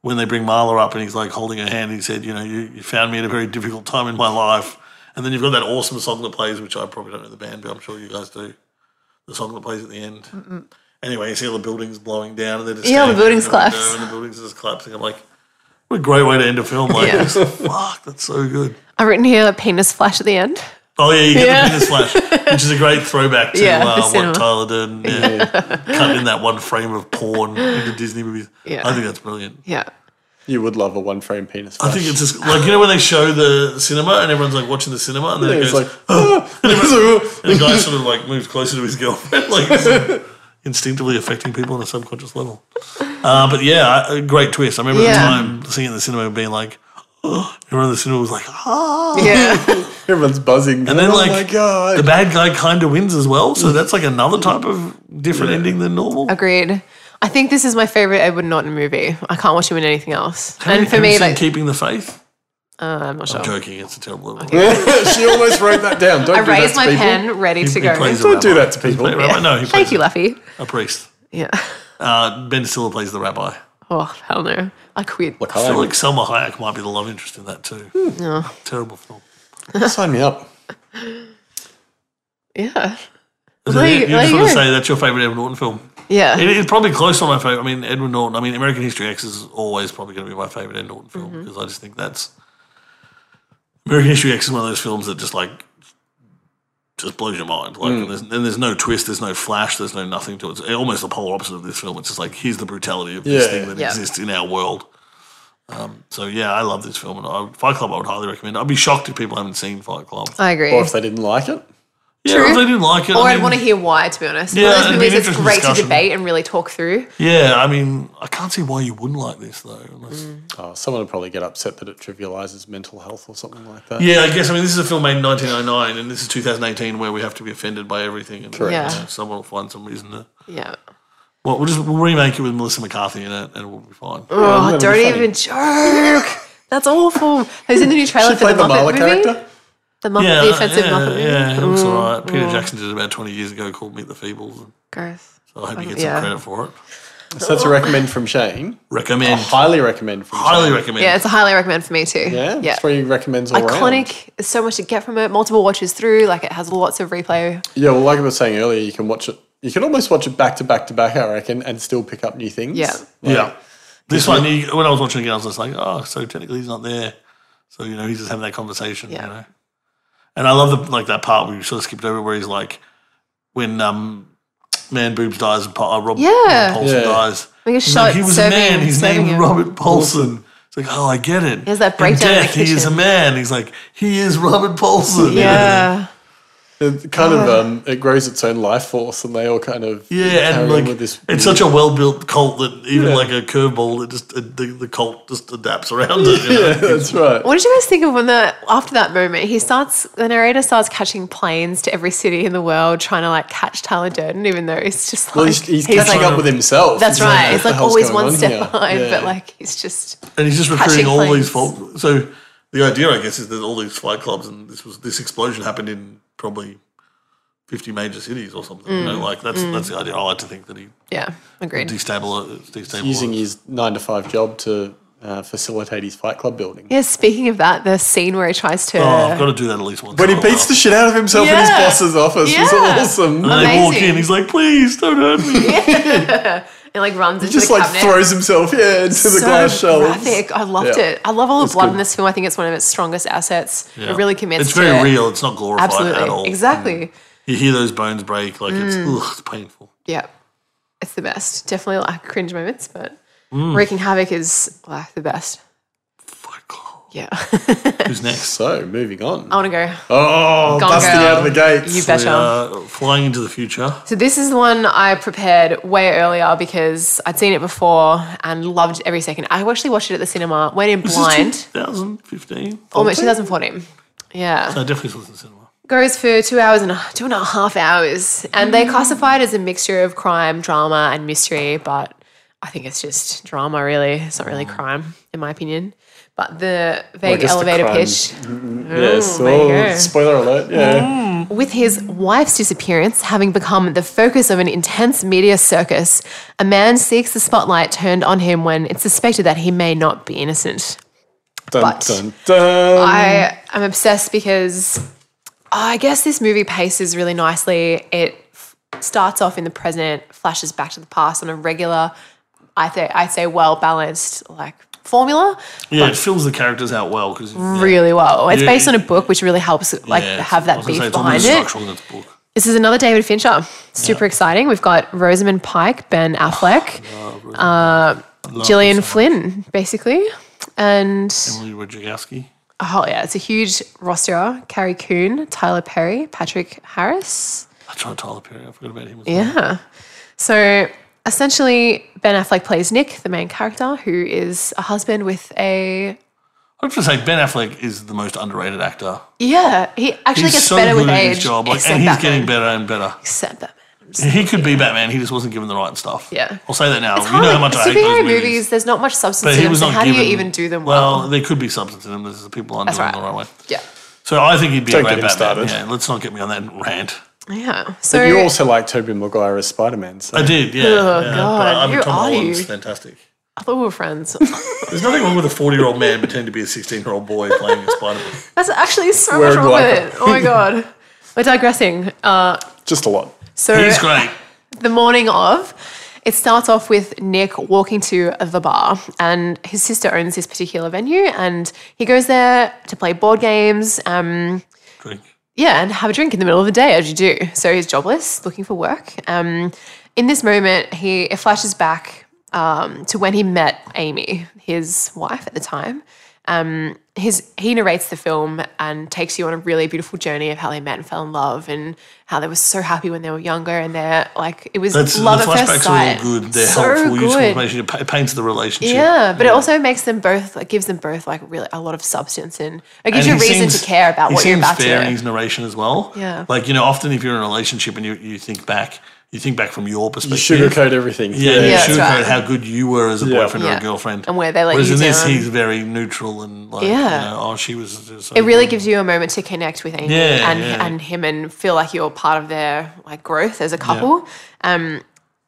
B: when they bring Marla up and he's like holding her hand, he said, You know, you, you found me at a very difficult time in my life. And then you've got that awesome song that plays, which I probably don't know the band, but I'm sure you guys do. The song that plays at the end. Anyway, you see all the buildings blowing down and they're just.
C: Yeah, all the
B: standing there
C: buildings
B: in window
C: collapse.
B: And the buildings just collapsing. I'm like, What a great way to end a film. Like,
C: Yeah.
B: fuck, that's so good.
C: i've written here a penis flash at the end
B: Oh, yeah, you get
C: Yeah.
B: the penis flash, which is a great throwback to
C: Yeah, the
B: uh,
C: cinema.
B: what Tyler did. Yeah. Cut in that one frame of porn into Disney movies.
C: Yeah.
B: I think that's brilliant.
C: yeah
A: You would love a one frame penis.
B: I think it's just like you know when they show the cinema and everyone's like watching the cinema and then it
A: it's
B: goes
A: like, "Ah."
B: and the guy sort of like moves closer to his girlfriend like it's instinctively affecting people on a subconscious level. Uh, but yeah, I- a great twist. I remember at the
C: Yeah.
B: time seeing it in the cinema and being like, oh, everyone in the cinema was like, ah.
C: yeah
A: everyone's buzzing.
B: And then
A: oh
B: like
A: my god, Mm.
B: the bad guy kind of wins as well, so that's like another type of different ending than normal.
C: agreed i think this is my favorite edward norton movie i can't watch him in anything else and for
B: Have you Oh,
C: me
B: seen
C: like
B: keeping the faith.
C: Uh, I'm not
A: Oh.
C: sure.
B: Joking, it's a terrible.
A: she almost wrote that down. Don't
C: I
A: do that
C: raised
A: to
C: my
A: people.
C: pen, ready to go.
B: plays a
A: Don't do
B: rabbi.
A: that to people.
B: Play a rabbi? No, he plays
C: Thank you, Luffy.
B: a priest.
C: Yeah.
B: Uh, ben Stiller plays the rabbi.
C: Oh, hell no. I quit.
A: Look,
B: I feel
A: hello.
B: like Selma Hayek might be the love interest in that too.
C: Hmm. Oh.
B: Terrible film.
A: Sign me up.
C: Yeah.
B: Is that
C: There
B: it?
C: you-
B: you
C: there
B: just
C: you
B: want to
C: go.
B: say that's your favorite Edward Norton film.
C: Yeah.
B: It- it's probably close to my favorite. I mean, Edward Norton. I mean, American History X is always probably going to be my favorite Edward Norton film
C: Mm-hmm.
B: because I just think that's American History X is one of those films that just like just blows your mind. Like,
C: Mm.
B: and, there's, and there's no twist, there's no flash, there's no nothing to it. It's almost the polar opposite of this film. It's just like here's the brutality of this
A: Yeah.
B: thing that
C: Yeah.
B: exists in our world. Um, so yeah, I love this film, and I, Fight Club I would highly recommend. I'd be shocked if people haven't seen Fight Club.
C: I agree.
A: Or if they didn't like it.
B: Yeah,
C: True.
B: if they didn't like it,
C: Or
B: I
C: I'd
B: mean,
C: want to hear why, to be honest.
B: Yeah,
C: One of
B: it'd
C: those
B: be
C: movies
B: an
C: that's
B: interesting
C: great to
B: discussion.
C: debate and really talk through.
B: Yeah, I mean, I can't see why you wouldn't like this though. unless-
C: Mm.
A: Oh, someone would probably get upset that it trivializes mental health or something like that.
B: Yeah, I guess. I mean, this is a film made in 1909, and this is 2018, where we have to be offended by everything. And
A: Correct.
C: Yeah.
B: you know, someone will find some reason to.
C: Yeah.
B: Well, we'll just we'll remake it with Melissa McCarthy in it, and we'll be fine.
C: Oh,
A: that'd be
C: don't
A: funny.
C: even joke. That's awful. Have you seen the new trailer
A: She
C: for the
A: played the
C: Muppet
A: Marla
C: movie?
A: character.
C: The Muppet,
B: yeah, uh,
C: the offensive
B: yeah,
C: Muppet movie.
B: yeah, it looks all right. Peter Jackson did it about 20 years ago, called Meet the Feebles.
C: Gross.
B: So I hope you get
C: Yeah.
B: some credit for it.
A: So that's a recommend from Shane.
B: Recommend,
A: Highly recommend from
B: highly
A: Shane.
B: recommend.
C: Oh, Yeah, it's a highly recommend for me too.
A: Yeah,
C: Yeah.
A: three recommends all around.
C: Iconic. There's so much to get from it. Multiple watches through. Like it has lots of replay.
A: Yeah, well, like I was saying earlier, you can watch it. You can almost watch it back to back to back, I reckon, and still pick up new things.
C: Yeah.
A: Like,
B: Yeah. This one, you, when I was watching it, I was just like, oh, so technically he's not there. So, you know, he's just having that conversation,
C: Yeah.
B: you know. And I love the, like that part where you sort of skipped over where he's like, when um, Man Boobs dies and Pa- uh, Rob,
C: Yeah.
B: Rob Paulson
A: Yeah.
B: dies.
C: We get
B: he's like,
C: shot
B: he was a
C: serving
B: man.
C: him,
B: He's
C: serving
B: named
C: him.
B: Robert Paulson. It's like, oh, I get it. He
C: has that breakdown in
B: In
C: the
B: death, he is a
C: kitchen.
B: man. He's like, he is Robert Paulson.
C: Yeah.
A: It kind of
C: Oh.
A: um, it grows its own life force, and they all kind of
B: Yeah,
A: carry
B: and
A: on
B: like
A: with this.
B: it's such a well-built cult that even
A: Yeah.
B: like a curveball, it just it, the, the cult just adapts around it. You know?
A: yeah, that's right.
C: What did you guys think of when the after that moment he starts the narrator starts catching planes to every city in the world trying to like catch Tyler Durden even though it's just like
A: Well, he's, he's, catching
B: like-
A: up with himself.
C: that's
A: He's
C: right.
A: what
C: It's
A: the
C: like
A: hell's
C: always
A: going
C: one
A: on
C: step
A: here?
C: behind,
A: Yeah.
C: but like he's just
B: and he's just
C: Catching
B: recruiting all
C: planes.
B: these folk. So the idea, I guess, is that all these flight clubs and this was this explosion happened in probably fifty major cities or something. You know,
C: Mm.
B: like that's that's the idea. I like to think that he uh,
C: yeah, agreed.
B: destabilized, destabilized.
A: using his nine to five job to uh, facilitate his fight club building.
C: Yeah, speaking of that, the scene where he tries to
B: oh, I've got to do that at least once.
A: When he
B: in a while.
A: beats the shit out of himself in his
C: Yeah.
A: boss's office, it's
C: Yeah.
A: awesome.
B: and they walk
C: Amazing.
B: in, he's like, "Please don't hurt me."
C: it like runs into
A: Just
C: the
A: like
C: cabinet.
A: throws himself yeah into the
C: so
A: glass shelves.
C: graphic. I loved
A: Yeah.
C: it. I love all the
A: It's
C: blood in
A: good.
C: this film. I think it's one of its strongest assets.
B: Yeah.
C: It really commits.
B: It's
C: to
B: very
C: it.
B: real. It's not glorified
C: Absolutely. Mm.
B: at all. Mm.
C: Exactly.
B: You hear those bones break, like it's ugh, it's painful.
C: Yeah, it's the best. Definitely like cringe moments, but wreaking havoc is like the best.
B: Fight Club.
C: Yeah,
B: Who's next?
A: So moving on.
C: I want to go.
A: Oh,
C: Gone
A: busting
C: Girl.
A: out of the gates.
C: You betcha.
B: We are flying into the future.
C: So this is the one I prepared way earlier because I'd seen it before and loved every second. I actually watched it at the cinema, went in
B: This is
C: blind,
B: 2015.
C: almost 2014. Yeah.
B: I definitely saw this in cinema.
C: Goes for two hours and a- two and a half hours. And
A: Mm.
C: they classify it as a mixture of crime, drama, and mystery, but I think it's just drama really. It's not really crime, in my opinion. But the
A: I
C: vague
A: guess Mm. the
C: elevator
A: crime-
C: pitch.
A: Yes.
C: there you
A: Oh,
C: go.
A: spoiler alert. Yeah.
C: With his wife's disappearance having become the focus of an intense media circus, a man seeks the spotlight turned on him when it's suspected that he may not be innocent.
A: Dun,
C: But-
A: dun, dun.
C: I
B: Mm.
C: am obsessed because oh, I guess this movie paces really nicely. It f- starts off in the present, flashes back to the past on a regular, I th- I'd say well balanced like formula
B: Yeah, it films the characters out well because
C: really well. It's
B: Yeah,
C: based
B: it-
C: on a book which really helps like have that beef behind it.
B: Structural in its book.
C: This is another David Fincher. Super exciting. We've got Rosamund Pike, Ben Affleck,
B: Love
C: Gillian
B: this.
C: Flynn, basically. And
B: Emily Wojcicki.
C: oh yeah, it's a huge roster. Carrie Coon, Tyler Perry, Patrick Harris.
B: I tried Tyler Perry. I forgot about him. As well.
C: Yeah. So essentially, Ben Affleck plays Nick, the main character, who is a husband with a
B: I have to say Ben Affleck is the most underrated actor.
C: yeah. He actually
B: He's
C: gets
B: so
C: better
B: good
C: with
B: at
C: age.
B: his job, like,
C: except
B: and he's
C: Batman.
B: getting better and better.
C: Except Batman.
B: He could be Batman. He just wasn't given the right stuff.
C: Yeah.
B: I'll say that now. You
C: Hard,
B: know how
C: like,
B: much I hate
C: superhero
B: those
C: movies,
B: movies.
C: There's not much substance
B: But
C: in
B: he
C: them.
B: was
C: So
B: not
C: how do
B: given.
C: you even do them
B: well?
C: well?
B: there could be substance in them. There's people aren't
C: That's
B: doing
C: right.
B: it the right way.
C: yeah,
B: So I think he'd be
A: Don't
B: a
A: get
B: great
A: him
B: Batman.
A: started.
B: Yeah, let's not get me on that rant.
C: yeah. So
A: But you also like Tobey Maguire as Spider Man. So
B: I did, yeah.
C: Oh,
B: yeah,
C: God,
B: but I mean,
C: who
B: Tom
C: are
B: Holland's
C: you?
B: fantastic.
C: I thought we were friends.
B: There's nothing wrong with a 40 year old man pretending to be a 16 year old boy playing a Spider Man.
C: That's actually so
A: Word
C: much wrong
A: wiper.
C: with it. Oh my god, we're digressing. Uh,
A: just a lot.
C: so
B: He's great.
C: the morning of, it starts off with Nick walking to the bar, and his sister owns this particular venue, and he goes there to play board games. Um,
B: Drink.
C: yeah, and have a drink in the middle of the day, as you do. So he's jobless, looking for work. Um, in this moment, he it flashes back um, to when he met Amy, his wife at the time. Um, his he narrates the film and takes you on a really beautiful journey of how they met and fell in love, and how they were so happy when they were younger, and they're like it was
B: That's,
C: love
B: the
C: at first
B: flashbacks
C: sight.
B: are all good. They're
C: so
B: helpful, useful
C: good.
B: information. It pa- paints the relationship.
C: Yeah, but it also makes them both like gives them both like really a lot of substance and it gives you
B: And
C: a
B: he
C: reason
B: seems-
C: to care about
B: he
C: what you're
B: seems
C: about
B: fair
C: to.
B: in his narration as well.
C: Yeah.
B: Like, you know, often if you're in a relationship and you, you think back, you think back from your
A: You
B: perspective.
A: sugarcoat everything.
B: Yeah, yeah,
C: that's
B: sugarcoat
C: right.
B: how good you were as a
A: Yeah.
B: boyfriend or
C: Yeah.
B: a girlfriend.
C: And where they let
B: Whereas
C: you
B: in this,
C: down.
B: he's very neutral and like,
C: Yeah.
B: you know, oh, she was. Just
C: it really gives you a moment to connect with Amy
B: Yeah,
C: and
B: yeah.
C: and him and feel like you're part of their like growth as a couple. Um,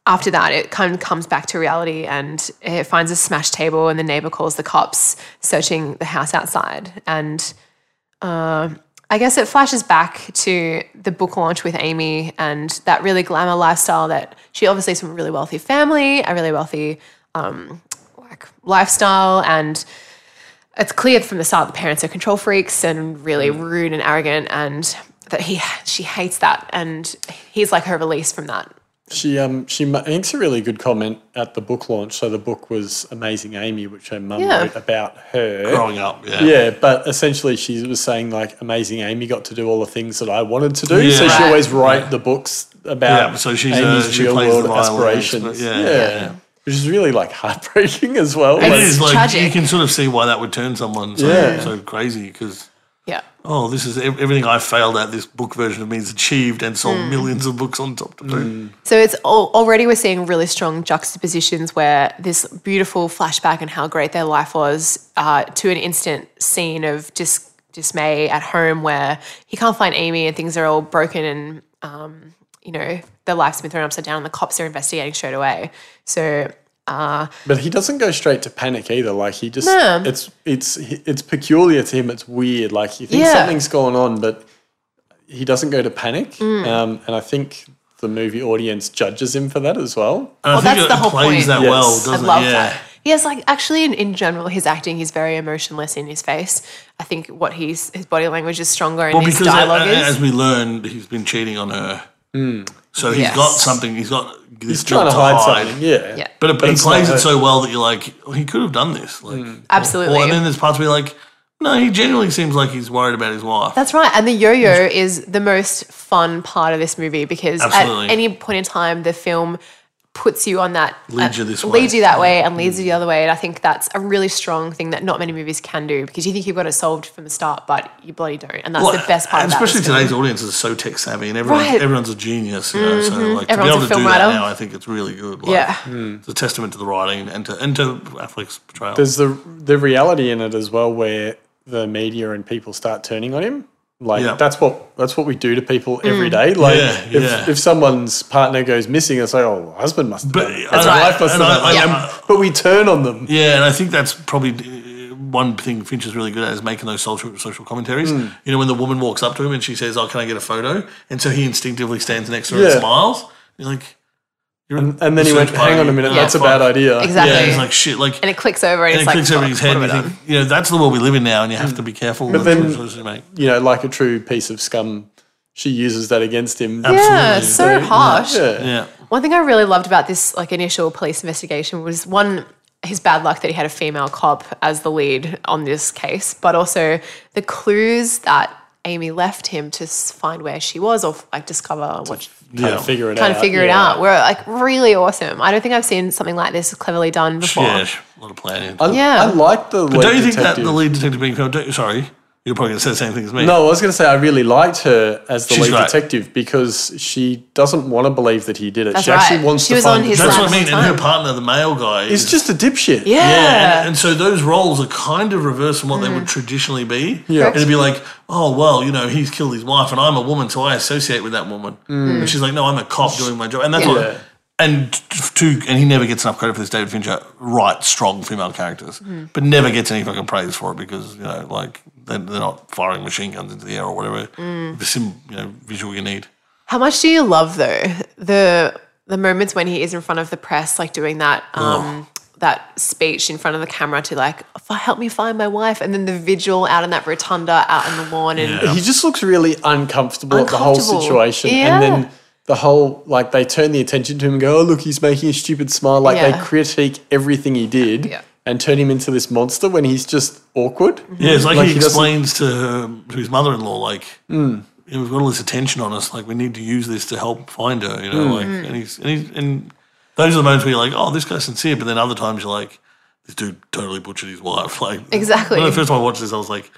C: after that, it kind of comes back to reality and it finds a smashed table and the neighbor calls the cops, searching the house outside. And um I guess it flashes back to the book launch with Amy and that really glamour lifestyle that she obviously is from a really wealthy family, a really wealthy um, like lifestyle and it's clear from the start the parents are control freaks and really rude and arrogant and that he she hates that and he's like her release from that
A: She um she ma- makes a really good comment at the book launch. So the book was Amazing Amy, which her mum
C: Yeah.
A: wrote about her.
B: Growing up, yeah.
A: Yeah, but essentially she was saying like Amazing Amy got to do all the things that I wanted to do.
B: Yeah.
A: So she
C: Right.
A: always write the books about
B: Yeah, so she's, uh,
A: Amy's
B: she
A: real
B: plays
A: world
B: the violin,
A: aspirations.
B: yeah, yeah.
A: Which is really like heartbreaking as well.
B: It
A: Like,
B: is
C: It's
B: like you
C: tragic.
B: can sort of see why that would turn someone so,
A: Yeah.
B: so crazy because
C: yeah
B: oh, this is ev- everything I failed at. This book version of me is achieved and sold
C: Hmm.
B: millions of books on top of
A: Hmm.
B: it.
C: so it's al- already we're seeing really strong juxtapositions where this beautiful flashback and how great their life was uh, to an instant scene of dis- dismay at home where he can't find amy and things are all broken and um, you know their life's been thrown upside down and the cops are investigating straight away so uh,
A: But he doesn't go straight to panic either. Like he just
C: No.
A: it's it's it's peculiar to him. It's weird. Like he thinks
C: Yeah.
A: something's going on, but he doesn't go to panic. Um, and I think the movie audience judges him for that as well.
B: And I
C: Well,
B: think
C: that's
B: it
C: the whole
B: plays
C: point.
B: that
A: Yes.
B: well,
A: I
C: I
B: doesn't
C: love
B: it? Yeah.
C: that. He has like actually in, in general his acting he's very emotionless in his face. I think what he's his body language is stronger and
B: Well,
C: his
B: because a-
C: dialogue
B: a-
C: is.
B: as we learned, he's been cheating on her. So he's
C: Yes.
B: got something. He's got this
A: Hmm. He's trying to hide something. Yeah.
C: Yeah.
B: But, uh, it, but he
A: it's
B: plays
A: not
B: it
A: her.
B: so well that you're like, oh, he could have done this. Like,
A: Hmm.
C: Absolutely.
B: Or, and then there's parts where you're like, no, he genuinely seems like he's worried about his wife.
C: That's right. And the yo-yo is the most fun part of this movie because
B: Absolutely.
C: at any point in time the film puts you on that uh,
B: Leads you this way. Mm.
C: leads you that way and leads you the other way and I think that's a really strong thing that not many movies can do because you think you've got it solved from the start but you bloody don't and that's
B: Well,
C: the best part
B: and
C: about
B: especially
C: this film.
B: today's audience is so tech savvy, and everyone's,
C: Right. Mm-hmm.
B: everyone's a genius. You know, so like to be
C: Everyone's a
B: able to do
C: film
B: that
C: writer.
B: now, I think it's really good. Like,
C: Yeah.
B: it's a testament to the writing and to and to Affleck's portrayal.
A: There's the the reality in it as well where the media and people start turning on him. Like
B: Yeah.
A: that's what that's what we do to people
C: Mm.
A: every day. Like
B: Yeah,
A: if,
B: yeah.
A: if someone's partner goes missing, it's like, oh husband must have
B: But-
A: done it.
B: That's
A: Or
B: right.
A: wife must have
B: And I-
A: done it.
B: I-
A: Like, But we turn on them.
B: Yeah, and I think that's probably uh, one thing Finch is really good at is making those social social commentaries.
A: Hmm.
B: You know, when the woman walks up to him and she says, "Oh, can I get a photo?" and so he instinctively stands next to her
A: Yeah.
B: and smiles. You're like, you're
A: And, and then he went, hang on a minute, that's a bad idea.
C: Exactly.
B: Yeah, it's like shit. Like,
C: and it clicks over and,
B: and it
C: it's
B: clicks
C: like
B: over
C: "Fuck,
B: his
C: what have
B: head. And you
C: I done?"
B: think, you know, that's the world we live in now, and you have to be careful. But
A: then-
B: you make.
A: You know, like a true piece of scum, she uses that against him.
C: Yeah,
B: Absolutely.
C: it's so harsh.
A: Yeah.
B: Yeah,
C: One thing I really loved about this like initial police investigation was one his bad luck that he had a female cop as the lead on this case, but also the clues that Amy left him to s- find where she was or like discover what
A: Kind
B: Yeah.
A: of figure it out.
C: kind of figure it
A: yeah.
C: out were like really awesome. I don't think I've seen something like this cleverly done before.
B: yeah, a lot of planning.
A: I,
C: Yeah.
A: I like the lead
B: Don't you
A: detective.
B: think that the lead detective being found? Don't, sorry, You're probably going to say the same thing as me.
A: No, I was going to say I really liked her as the
B: She's
A: lead
B: right.
A: detective because she doesn't want to believe that he did it.
C: That's
A: she actually
C: right.
A: wants
C: She
A: to
C: was
A: find
C: on his
A: the
B: That's
A: truth.
B: what I mean.
C: the
B: And her
C: time.
B: partner, the male guy,
A: He's
B: is
A: just a dipshit.
C: Yeah. Mm.
B: Yeah, and, and so those roles are kind of reversed from what they would traditionally be.
A: Yeah.
B: It'd be like, oh, well, you know, he's killed his wife, and I'm a woman, so I associate with that woman. And she's like, no, I'm a cop doing my job. And that's
C: Mm. Yeah.
B: what. And two, and he never gets enough credit for this. David Fincher writes strong female characters,
C: Mm.
B: but never gets any fucking praise for it because you know, like they're, they're not firing machine guns into the air or whatever
C: Mm.
B: the sim, you know, visual you need.
C: How much do you love though the the moments when he is in front of the press, like doing that um, that speech in front of the camera to like "F- help me find my wife, and then the vigil out in that rotunda, out on the lawn, and
A: He just looks really uncomfortable, at the whole
C: Uncomfortable.
A: situation.
C: Yeah.
A: And then the whole, like, they turn the attention to him and go, oh, look, he's making a stupid smile. Like,
C: Yeah.
A: they critique everything he did
C: Yeah.
A: and turn him into this monster when he's just awkward.
B: Yeah, it's like,
A: Like,
B: he
A: he doesn't-
B: explains to, her, to his mother-in-law, like, you know, we've got all this attention on us. Like, we need to use this to help find her. You
C: Hmm.
B: know, like, and he's and, he's, and those are the moments where you're like, oh, this guy's sincere, but then other times you're like, this dude totally butchered his wife. Like,
C: Exactly.
B: When the first time I watched this, I was like,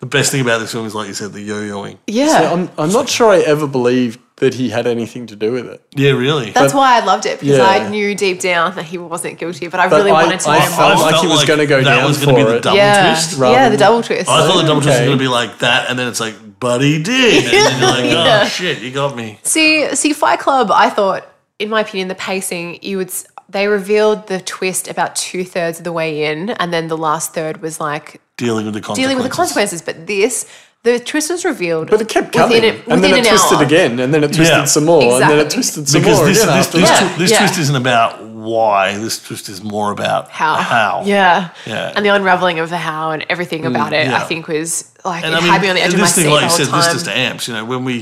B: the best thing about this film is like you said, the yo-yoing.
C: yeah.
A: So um, I'm, I'm not sure I ever believed that he had anything to do with it.
B: Yeah, really.
C: That's why I loved it because
A: Yeah.
C: I knew deep down that he wasn't guilty, but I
A: But
C: really
A: I-
C: wanted to
A: I
C: know
A: felt
C: more.
A: like he was gonna go
B: that
A: down
B: was gonna
A: for
B: be the
A: it.
B: double
C: yeah,
B: twist.
A: rather
C: yeah, the
A: than-
C: double twist.
B: I thought the double twist was
A: Okay.
B: going to be like that, and then it's like, but he did. And then you're like, oh,
C: Yeah.
B: shit, you got me.
C: See, see, Fight Club. I thought, in my opinion, the pacing. You would. s- They revealed the twist about two thirds of the way in, and then the last third was like
B: Dealing with the consequences.
C: dealing with the consequences. But this, the twist was revealed.
A: But it kept coming.
C: Within, it,
A: and then
C: within
A: it
C: an
A: twisted
C: hour.
A: again. And then it twisted
B: Yeah.
A: some more. And then it
C: Exactly.
A: twisted some
B: because
A: more.
B: this,
A: again
B: this,
A: after
B: this,
A: that.
B: twi- this
C: Yeah.
B: twist isn't about why. This twist is more about
C: How?
B: How?
C: Yeah.
B: Yeah.
C: And the unraveling of the how and everything
A: Mm,
C: about it,
B: yeah.
C: I think was like
B: And
C: it
B: I mean,
C: had me on the edge of my
B: this
C: seat
B: thing,
C: the
B: like
C: whole
B: you said,
C: time. Hmm.
B: this just amps. You know, when we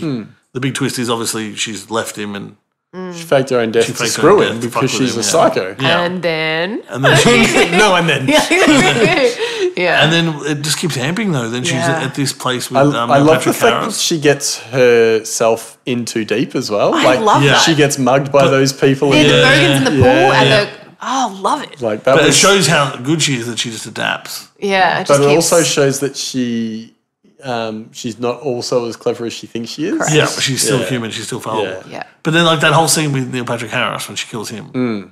B: the big twist is obviously she's left him, and
A: She faked her own death to
B: faked her
A: screw
B: own death
A: him
B: to fuck
A: because
B: with
A: she's
B: him,
A: a
B: yeah.
A: psycho.
B: yeah,
C: And then,
B: and then she,
A: No, and then.
C: yeah,
B: and then it just keeps amping though. Then she's
C: Yeah.
B: at this place with
A: I,
B: um,
A: I love the
B: Patrick
A: fact that
B: Harris.
A: she gets herself in too deep as well.
C: I love
B: Yeah. that.
A: She gets mugged by those people.
C: And
A: And
C: the
B: Yeah.
C: bogans in the pool
A: Yeah.
C: and the oh, love it.
A: like that
B: But it
A: was,
B: shows how good she is that she just adapts.
C: Yeah, it just
A: but it
C: keeps-
A: also shows that she um, she's not also as clever as she thinks she is.
B: Yeah, but she's still
A: Yeah.
B: human. She's still fallible.
C: Yeah.
B: But then, like that whole scene with Neil Patrick Harris when she kills him,
A: Hmm.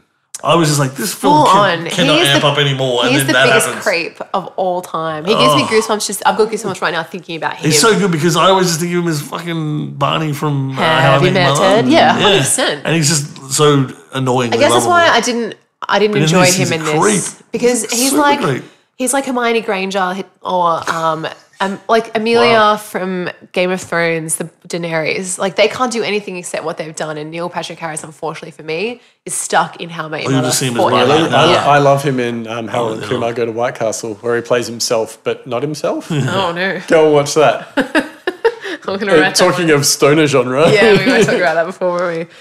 B: I was just like, this film
C: full
B: can,
C: on.
B: cannot
C: He is
B: amp
C: the-
B: up anymore.
C: He
B: And
C: is
B: then
C: the
B: that
C: biggest
B: happens.
C: creep of all time. He gives me goosebumps. Just I've got goosebumps right now thinking about him.
B: He's so good because I always just think of him as fucking Barney from uh, How I
C: Have you
B: Met Your
C: met
B: Mother.
C: Ted? Yeah, 100%.
B: And he's just so annoyingly
C: I guess that's
B: lovable.
C: why I didn't. I didn't
B: in
C: enjoy
B: this, he's
C: him in
B: a
C: this
B: creep.
C: because
B: He's a
C: he's
B: super
C: like
B: creep.
C: he's like Hermione Granger he- or um, um like Amelia from Game of Thrones, the Daenerys. Like they can't do anything except what they've done. And Neil Patrick Harris, unfortunately for me, is stuck in How I Met
A: Oh,
C: Your
B: you'll
C: Mother
B: just see him as
C: forever.
A: I,
B: one
A: love-
B: of Yeah.
A: I,
B: Yeah. Oh,
A: I love him in um, Harold and
B: yeah.
A: Kumar Go to White Castle, where he plays himself, but not himself.
C: Oh no,
A: Go and watch that.
C: I'm gonna write that.
A: Talking of stoner genre.
C: Yeah, we were talking about that before, weren't we?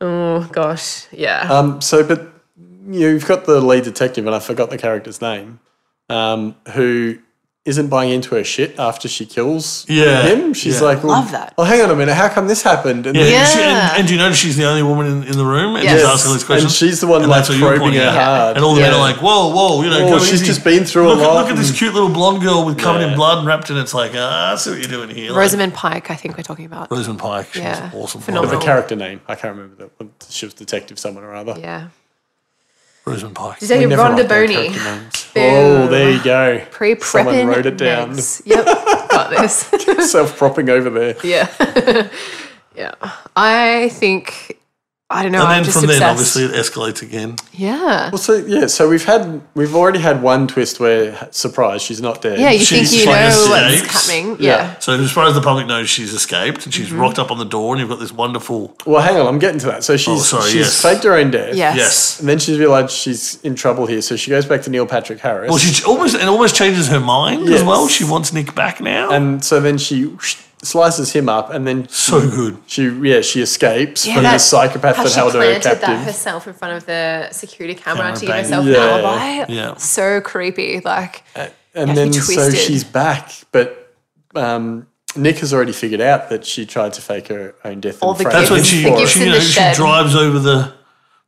C: Oh gosh, yeah.
A: Um, so, but you've got the lead detective, and I forgot the character's name, um, who isn't buying into her shit after she kills
B: Yeah,
A: him. She's
B: yeah.
A: like, well,
C: Love that.
A: Well, hang on a minute. How come this happened? And
B: Yeah.
A: then-
B: And, she,
C: Yeah.
B: and, and do you notice she's the only woman in, in the room? And
C: Yes.
B: she's asking these questions.
A: And she's the one like
B: that's what you were
A: probing
B: pointing
A: her
B: out.
A: hard.
B: And all the men
C: Yeah.
B: are like, whoa, whoa, you know,
A: Whoa,
B: go
A: she's
B: easy.
A: just been through a
B: look, at-
A: lot
B: Look at this
A: and-
B: cute little blonde girl with covered in
A: Yeah.
B: blood and wrapped in it's like, ah, I see what you're doing here. Like,
C: Rosamund Pike, I think we're talking about.
A: Um,
B: Rosamund Pike. She
C: Yeah.
B: was awesome.
C: Phenomenal.
A: the character name. I can't remember that. She was detective, someone or other.
C: Yeah.
B: Rosamund Pike.
C: Did you say
A: Never like their
C: Rhonda Boney?
A: character names. Oh, there you go.
C: Pre prepping.
A: Someone wrote it down.
C: Yep. Got this.
A: Self propping over there.
C: yeah. yeah. I think, I don't know.
B: And
C: I'm
B: then
C: just
B: from
C: obsessed.
B: then, obviously, it escalates again.
C: Yeah.
A: Well, so yeah, so we've had we've already had one twist where surprise, she's not dead.
C: Yeah, you think
B: she's
C: you
B: like
C: know
B: escapes.
C: what's happening.
A: Yeah.
C: Yeah.
B: So, as far as the public knows, she's escaped and
C: Mm-hmm.
B: she's rocked up on the door, and you've got this wonderful
A: Well, hang on, I'm getting to that. So she's
B: Oh, sorry,
A: she's
B: yes.
A: faked her own death.
C: Yes.
B: yes.
A: And then she's realised she's in trouble here, so she goes back to Neil Patrick Harris.
B: Well, she almost and almost changes her mind as
A: Yes.
B: well. She wants Nick back now.
A: and so then she whoosh, slices him up, and then
B: so good.
A: she yeah she escapes
C: Yeah,
A: from the
C: that-
A: psychopath
C: How
A: that
C: she
A: held her
C: planted that
A: captive.
C: herself in front of the security camera
B: Camera
C: to give
B: bang.
C: herself
A: Yeah.
C: an alibi.
B: Yeah.
C: So creepy. Like,
A: And
C: Yeah,
A: then
C: he
A: so
C: twisted.
A: she's back, but um, Nick has already figured out that she tried to fake her own death.
C: All
A: and
C: the
A: frame
B: That's
C: It
B: when
A: him
C: was-
B: she
A: for
C: it
A: it.
C: gives
B: she,
C: in
B: you
C: the
B: know, she
C: shed.
B: drives over the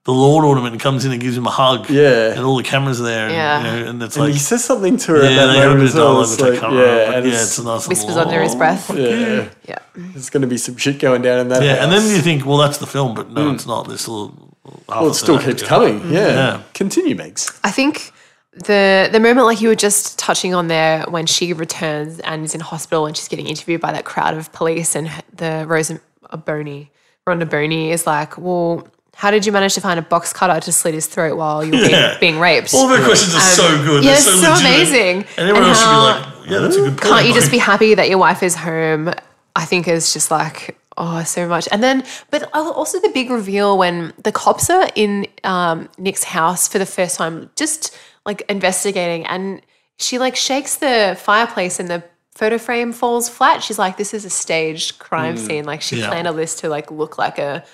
B: the Lord ornament comes in and gives him a hug.
A: Yeah.
B: And all the cameras are there. And,
C: Yeah.
B: you know, and it's
A: And
B: like,
A: he says something to her at
B: yeah,
A: that
B: they have a
A: moment
B: bit of
A: as well.
B: dialogue,
A: It's
B: which I
A: like,
B: can't remember.
A: yeah,
B: but
A: and
B: yeah,
A: it's,
B: it's a nice
C: Whispers
B: little-
C: under his breath.
A: yeah,
C: Yeah.
A: there's going to be some shit going down in that.
B: Yeah, and then
A: house.
B: you think, well, that's the film, but no, it's not. This little.
A: Hmm. well, it still keeps coming. Yeah.
B: Yeah.
A: continue, Megs.
C: I think the the moment like you were just touching on there when she returns and is in hospital and she's getting interviewed by that crowd of police and h- the Rose uh, Boney, Rhonda Boney is like, well, how did you manage to find a box cutter to slit his throat while you were
B: Yeah.
C: being, being raped?
B: All their questions are so good.
C: Um, yeah,
B: They're
C: it's
B: so,
C: so
B: legitimate.
C: amazing.
B: And everyone
C: And
B: else
C: how-
B: should be like, yeah, that's a good point.
C: Can't you just
B: like-
C: be happy that your wife is home? I think is just like oh so much, and then but also the big reveal when the cops are in um, Nick's house for the first time, just like investigating, and she like shakes the fireplace and the photo frame falls flat. She's like, "This is a staged crime scene." Like she
B: Mm. Yeah.
C: planned a list to like look like a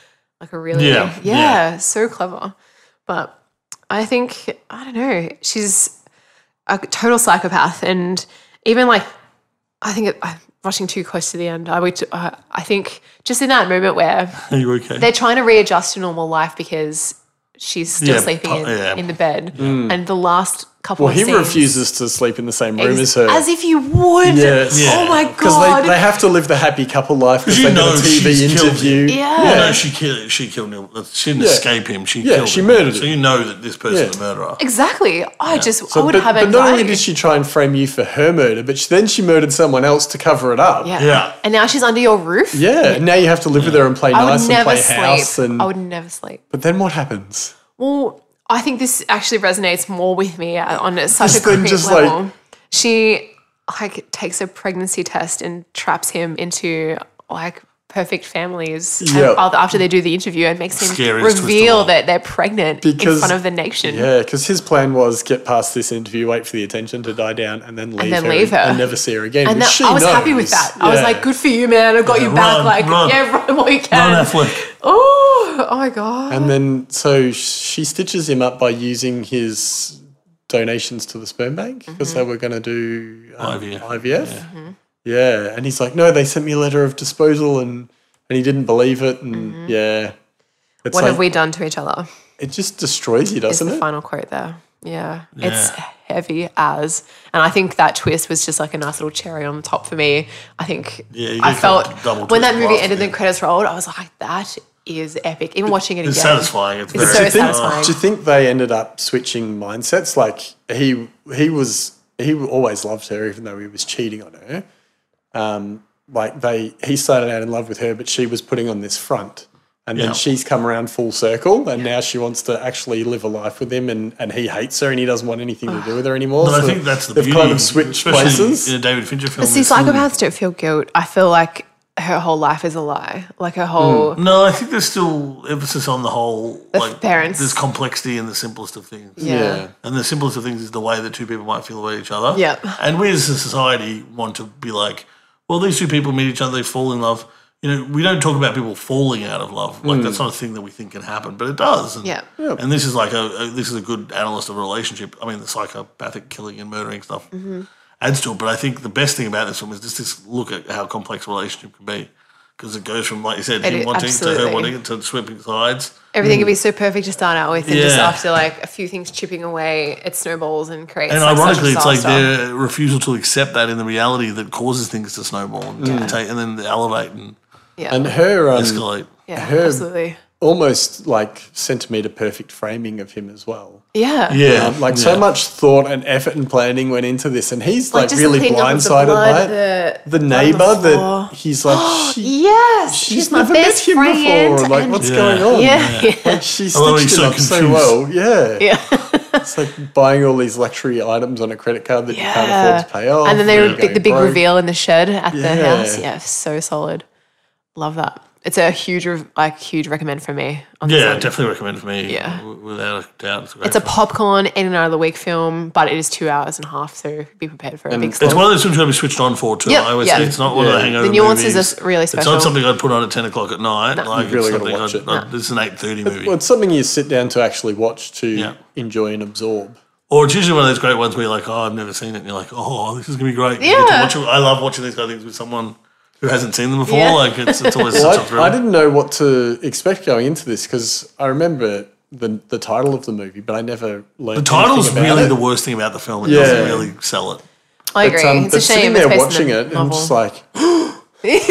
C: like a really
B: Yeah, yeah.
C: yeah. so clever, but I think I don't know. She's a total psychopath, and even like I think it, I'm rushing too close to the end. I would, uh, I think just in that moment where
B: Are you okay?
C: they're trying to readjust to normal life because she's still
B: Yeah,
C: sleeping
B: pa-
C: in,
B: yeah.
C: in the bed, and the last couple.
A: uh, Well,
C: of
A: he
C: scenes-
A: refuses to sleep in the same room as
C: Ex-
A: her.
C: as if you would.
A: Yes.
B: Yeah.
C: Oh my
A: because
C: god.
A: they, they have to live the happy couple life because
B: You
A: they got a
B: know
A: TV
B: she's killed
A: interview.
C: Yeah.
B: Well, no, she killed. She killed him. She didn't
A: Yeah.
B: escape him. She
A: Yeah,
B: killed
A: she
B: him.
A: murdered
B: So
A: him.
B: you know that this person's
A: Yeah.
B: the murderer.
C: exactly. I just
A: So,
C: I would
A: but,
C: have
A: but
C: anxiety.
A: not only did she try and frame you for her murder, but she, then she murdered someone else to cover it up.
C: yeah.
B: Yeah.
C: And now she's under your roof.
A: Yeah, and now you have to live with her and play
C: I
A: nice
C: would
A: and
C: never
A: play house.
C: sleep.
A: And
C: I would never sleep.
A: but then what happens?
C: Well, I think this actually resonates more with me on a- such a
A: Just then
C: concrete
A: just,
C: level.
A: like-
C: she like takes a pregnancy test and traps him into like perfect families and
A: Yeah.
C: after after they do the interview and makes him
B: Scariest twist of all.
C: reveal that they're pregnant
A: Because-
C: in front of the nation.
A: Yeah, because his plan was get past this interview, wait for the attention to die down, and then leave,
C: then
A: her,
C: leave her.
A: and never see her again.
C: And
A: which
C: that,
A: she
C: I was happy with
A: knows.
C: that. I was
A: Yeah.
C: like, good for you, man. I've got you back.
B: run,
C: like,
B: run.
C: yeah, run while you can.
B: Not Affleck.
C: Oh, oh my God.
A: and then so she stitches him up by using his donations to the sperm bank because they were going to do um,
B: IVF.
A: IVF. Yeah. and he's like, no, they sent me a letter of disposal, and and he didn't believe it, and yeah. It's
C: what
A: like,
C: have we done to each other?
A: It just destroys you,
C: is
A: doesn't
C: the
A: it?
C: final quote there. Yeah. It's heavy as. And I think that twist was just like a nice little cherry on the top for me. I think
B: Yeah, you
C: I
B: get
C: felt
B: that double
C: when that
B: twist
C: movie
B: last
C: ended
B: bit.
C: and the credits rolled, I was like, that is epic. Even watching it again.
B: It's satisfying. It's,
C: It's
B: very
C: so
A: do you think,
C: satisfying.
A: do you think they ended up switching mindsets? Like he he was he always loved her, even though he was cheating on her. Um, like they he started out in love with her, but she was putting on this front. And
B: Yeah.
A: then she's come around full circle, and now she wants to actually live a life with him, and, and he hates her, and he doesn't want anything to do with her anymore.
B: But I
A: so
B: think that's the
A: they've
B: beauty.
A: kind of switched
B: especially
A: places.
B: in a David Fincher film.
C: But see,
B: it's-
C: psychopaths don't feel guilt. I feel like her whole life is a lie. Like her whole.
B: No, I think there's still emphasis on the whole like
C: parents.
B: There's complexity in the simplest of things.
C: Yeah.
A: Yeah.
B: And the simplest of things is the way that two people might feel about each other.
C: Yep.
B: And we as a society want to be like, well, these two people meet each other, they fall in love. You know, we don't talk about people falling out of love. Like that's not a thing that we think can happen, but it does. And,
C: Mm. Yeah.
B: And this is like a, a this is a good analyst of a relationship. I mean, the psychopathic killing and murdering stuff
C: Mm-hmm.
B: adds to it. But I think the best thing about this film is just this look at how complex a relationship can be. Because it goes from, like you said, him
C: It-
B: wanting to her
C: absolutely.
B: wanting it to sweeping sides.
C: Everything could be so perfect to start out with, and just
B: Mm. Yeah.
C: after like a few things chipping away, it snowballs and creates.
B: And
C: like, such a
B: ironically, it's like
C: disaster.
B: their refusal to accept that in the reality that causes things to snowball and,
A: Mm.
B: take, and then they elevate and
C: yeah,
A: and her um,
B: escalate.
C: yeah,
A: her-
C: absolutely,
A: almost like centimeter perfect framing of him as well.
C: yeah,
B: Yeah,
A: Um, like so much thought and effort and planning went into this, and he's
C: Like,
A: like,
C: just the
A: really
C: cleaning up of the
A: blindsided by
C: blood,
A: it. The,
C: on the
A: neighbor
C: floor.
A: that he's like, she,
C: Yes,
A: she's never met him before. Like, what's
B: Yeah.
A: going on?
C: yeah, yeah.
A: Like, she
B: Although
A: stitched
B: he's
A: it
B: so
A: up so
B: confused.
A: well. Yeah.
C: yeah.
A: it's like buying all these luxury items on a credit card that you can't afford to pay off.
C: And then they
A: you're
C: were big, the
A: going
C: big
A: broke.
C: reveal in the shed at
A: Yeah.
C: the house. Yeah, so solid. Love that. It's a huge, re- like, huge recommend for me. On this
B: Yeah,
C: one.
B: definitely recommend for me.
C: Yeah.
B: w- without a doubt. It's, a great
C: It's a
B: film.
C: popcorn in and out of the week film, but it is two hours and a half, so be prepared for a big slog.
B: It's one of those films you've got to be switched on for too.
C: Yep,
B: I always
C: yeah.
B: say it's not one of the
A: Yeah.
B: hangover
C: The nuances
B: movies.
C: are really
B: It's
C: special.
B: not something I'd put on at ten o'clock at night. like
A: You've really gotta
B: it's something
A: watch
B: I'd,
A: it.
B: I'd- It's an eight thirty movie,
A: Well, it's something you sit down to actually watch to
B: Yeah.
A: enjoy and absorb.
B: or it's usually one of those great ones where you're like, "Oh, I've never seen it," and you're like, "Oh, this is gonna be great." You get to
C: Yeah.
B: watch it. I love watching these kind of things with someone who hasn't seen them before.
C: Yeah.
B: Like it's, it's always
A: Well,
B: such a
A: I, I
B: thrill.
A: didn't know what to expect going into this because I remember the the title of the movie, but I never learned.
B: The title's
A: anything about
B: really
A: it.
B: the worst thing about the film. It
A: Yeah.
B: doesn't really sell it.
C: I agree.
A: But, um,
C: it's
A: but
C: a shame.
A: sitting
C: it's
A: there
C: based on
A: watching
C: the
A: it, and I'm
C: novel.
A: just like,
C: did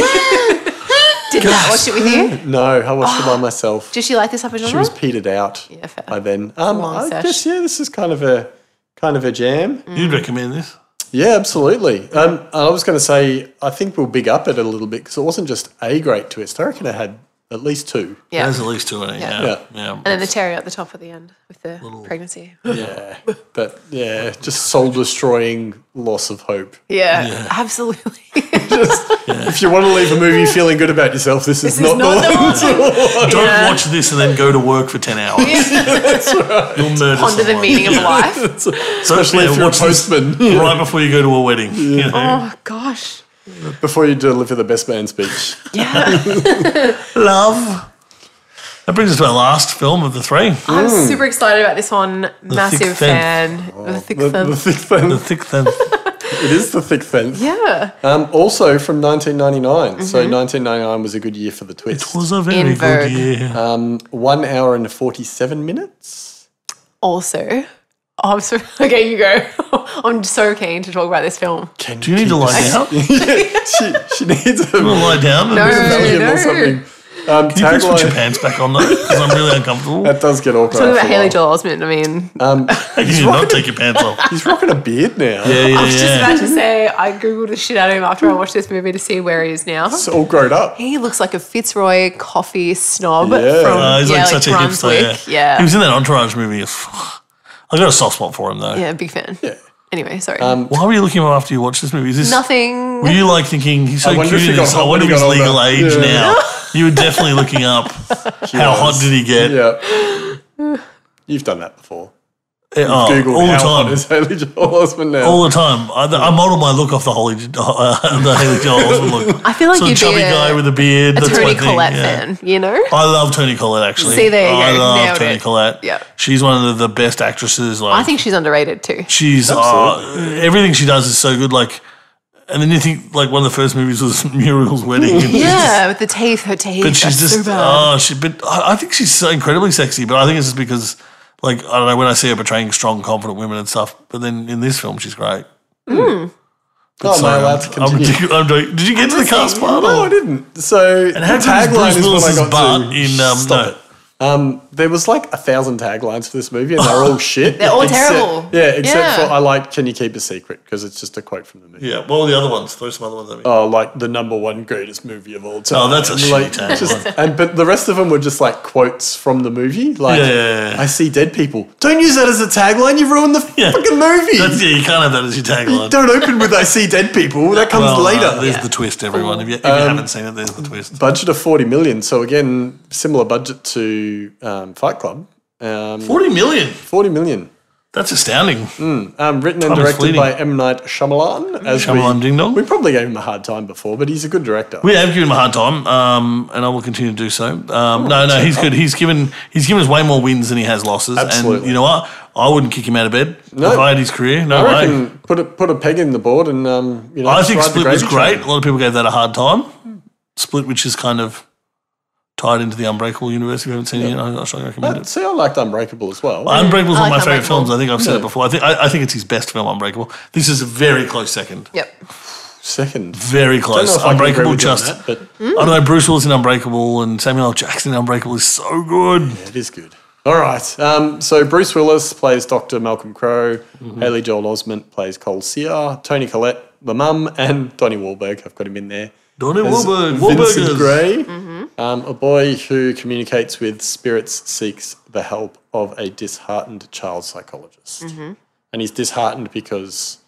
C: that watch it with you?
A: no, I watched it by myself.
C: Did she like this type of genre?
A: She was petered out
C: Yeah, fair.
A: by then. Um,
C: long
A: I
C: sesh.
A: guess yeah, this is kind of a kind of a jam.
C: Mm.
B: You'd recommend this?
A: Yeah, absolutely. Um, and I was going to say, I think we'll big up it a little bit because it wasn't just a great twist. I reckon it had at least two.
C: yeah.
B: There's at least two in it. Yeah.
A: Yeah.
B: Yeah.
C: and then the terry at the top at the end with the pregnancy.
A: Yeah, but yeah, just soul destroying loss of hope.
C: Yeah, absolutely.
A: If you want to leave a movie feeling good about yourself, this is
C: This
A: not
C: is not
A: the
C: the
A: one.
C: one.
B: Don't
C: Yeah.
B: watch this and then go to work for 10 hours. You'll murder
C: Ponder the
B: someone.
C: meaning of life.
B: So,
A: Especially
B: yeah,
A: if you're a
B: watch this
A: postman
B: right before you go to a wedding. You know?
C: Oh gosh.
A: before you deliver the best man speech.
C: Yeah,
B: Love. That brings us to our last film of the three
C: I'm super excited about this one. Massive
B: Thick Fence.
C: fan. the thick
A: The, the
C: Fence.
A: thick fence.
B: The Thick Thin.
A: It is the thick fence.
C: Yeah. Mm-hmm.
A: Um, also from 1999. So 1999 was a good year for the twist.
B: was a very
C: In
B: good
C: vogue.
B: year.
A: One hour and 47 minutes.
C: Also, oh, I'm so okay. You go. I'm so keen to talk about this film.
A: Can
B: Do you need to
A: keep
B: lie
A: this-
B: down? You
A: she, she needs a
B: want to lie down? and
C: No.
B: just-
A: Valium
C: no.
A: or something. Um,
B: Can you please put your
A: tagline.
B: pants back on though? Because I'm really uncomfortable.
A: That does get awkward.
C: Talking about
A: after a
C: Haley
A: while.
C: Joel Osment. I mean,
B: you did not take your pants off.
A: He's rocking a beard now.
B: Yeah, yeah,
C: I was just
B: yeah.
C: about to say I googled the shit out of him after I watched this movie to see where he is now.
A: It's all grown up.
C: He looks like a Fitzroy coffee snob
A: Yeah.
C: from
B: Uh, he's
C: yeah,
B: like
C: like,
B: such a
C: Brunswick.
B: hipster. Yeah.
C: Yeah,
B: He
C: yeah,
B: was in that Entourage movie. I got a soft spot for him though.
C: big fan.
A: Yeah. Um,
C: Anyway, sorry.
B: Why were you looking him up after you watched this movie? Is this
C: Nothing.
B: Were you like thinking he's so
A: I wonder
B: cute?
A: if
B: in
A: he got
B: this, I
A: hot
B: wonder
A: when
B: if
A: he
B: he's
A: got
B: legal
A: older."
B: age
A: Yeah.
B: now. You were definitely looking up how hot did he get?
A: Yeah. You've done that before.
B: Uh, oh,
A: Google
B: all the
A: how hot
B: time.
A: is Haley Joel Osment now.
B: All the time. I, I model my look off the Holy uh, the Haley Joel Osment look.
C: I feel like
B: so
C: you'd
B: chubby
C: be a,
B: guy with a beard.
C: a
B: that's my
C: Tony
B: thing,
C: Collette
B: yeah. Oh.
C: fan. You know,
B: I love Tony Collette actually.
C: See, there you
B: I
C: go.
B: love
C: Nailed
B: Tony
C: it.
B: Collette.
C: Yep.
B: She's one of the best actresses. Like
C: I think she's underrated too.
B: she's uh, everything she does is so good. Like, and then you think like one of the first movies was Muriel's Wedding. and
C: Yeah, with the teeth, her teeth.
B: but she's
C: are
B: just
C: so bad.
B: oh she but I I think she's so incredibly sexy but I think it's just because like I don't know when I see her portraying strong confident women and stuff but then in this film she's great
A: oh, am I
B: Sorry,
A: allowed to
B: I'm, I'm,
A: continue?
B: ridicu- I'm doing- did you get to the cast part
A: no,
B: or?
A: I didn't. So
B: and how
A: the
B: good is
A: tagline
B: Bruce
A: is what I
B: Willis's
A: got
B: butt
A: to.
B: in um,
A: Stop
B: no
A: it. Um, there was like a thousand taglines for this movie, and they're all shit.
C: They're all
A: Except-
C: terrible.
A: Yeah, except
C: Yeah.
A: for I like "Can you keep a secret?" because it's just a quote from the movie.
B: yeah what were the other ones throw some other ones at me
A: oh, like the number one greatest movie of all time.
B: Oh, that's a shitty
A: like,
B: tagline.
A: just- And but the rest of them were just like quotes from the movie. Like,
B: Yeah, yeah, yeah.
A: I see dead people. Don't use that as a tagline. You ruined the
B: Yeah.
A: fucking movie.
B: That's, yeah you can't have that as your tagline
A: Don't open with "I see dead people." That comes
B: Well, uh,
A: later. Um,
B: there's the twist everyone if you, if you haven't seen it there's the twist
A: budget of forty million. So again, similar budget to um, Fight Club. Um,
B: 40 million
A: forty million.
B: that's astounding
A: Um, written and
B: Time is
A: directed
B: fleeting.
A: by M Night Shyamalan. As
B: Shyamalan
A: we,
B: Ding Dong.
A: We probably gave him a hard time before, but he's a good director.
B: We have given him a hard time, um, and I will continue to do so.
A: Oh,
B: Um, no, no, he's good. He's given he's given us way more wins than he has losses. And
A: Absolutely.
B: you know what? I wouldn't kick him out of bed if I had his career. No
A: I
B: way.
A: reckon put a put a peg in the board and um, you know.
B: I think
A: ride the
B: Split was
A: gravy
B: great.
A: train.
B: A lot of people gave that a hard time. Split, which is kind of tied into the Unbreakable universe. If you haven't seen it, yet, I, I strongly recommend
A: But
B: it.
A: see, I liked Unbreakable as well.
B: Unbreakable's
C: I
B: one of my
C: like
B: favorite
C: Unbreakable.
B: films. I think I've said it before. I think I, I think it's his best film, Unbreakable. This is a very close second.
C: Yep.
A: Second,
B: Very
A: I don't know
B: close.
A: if I can agree
B: Unbreakable
A: with you on
B: just.
A: that, but
B: Mm. I don't know. Bruce Willis in Unbreakable and Samuel L. Jackson in Unbreakable is so good.
A: it is good. All right. Um, so Bruce Willis plays Dr. Malcolm Crowe.
B: Mm-hmm.
A: Haley Joel Osment plays Cole Sear. Tony Collette, the mum, and Donnie Wahlberg. I've got him in there.
B: Donnie
A: As
B: Wahlberg.
A: Vincent
B: Wahlbergers.
A: Gray,
B: Mm-hmm.
A: um, a boy who communicates with spirits, seeks the help of a disheartened child psychologist,
B: Mm-hmm.
A: and he's disheartened because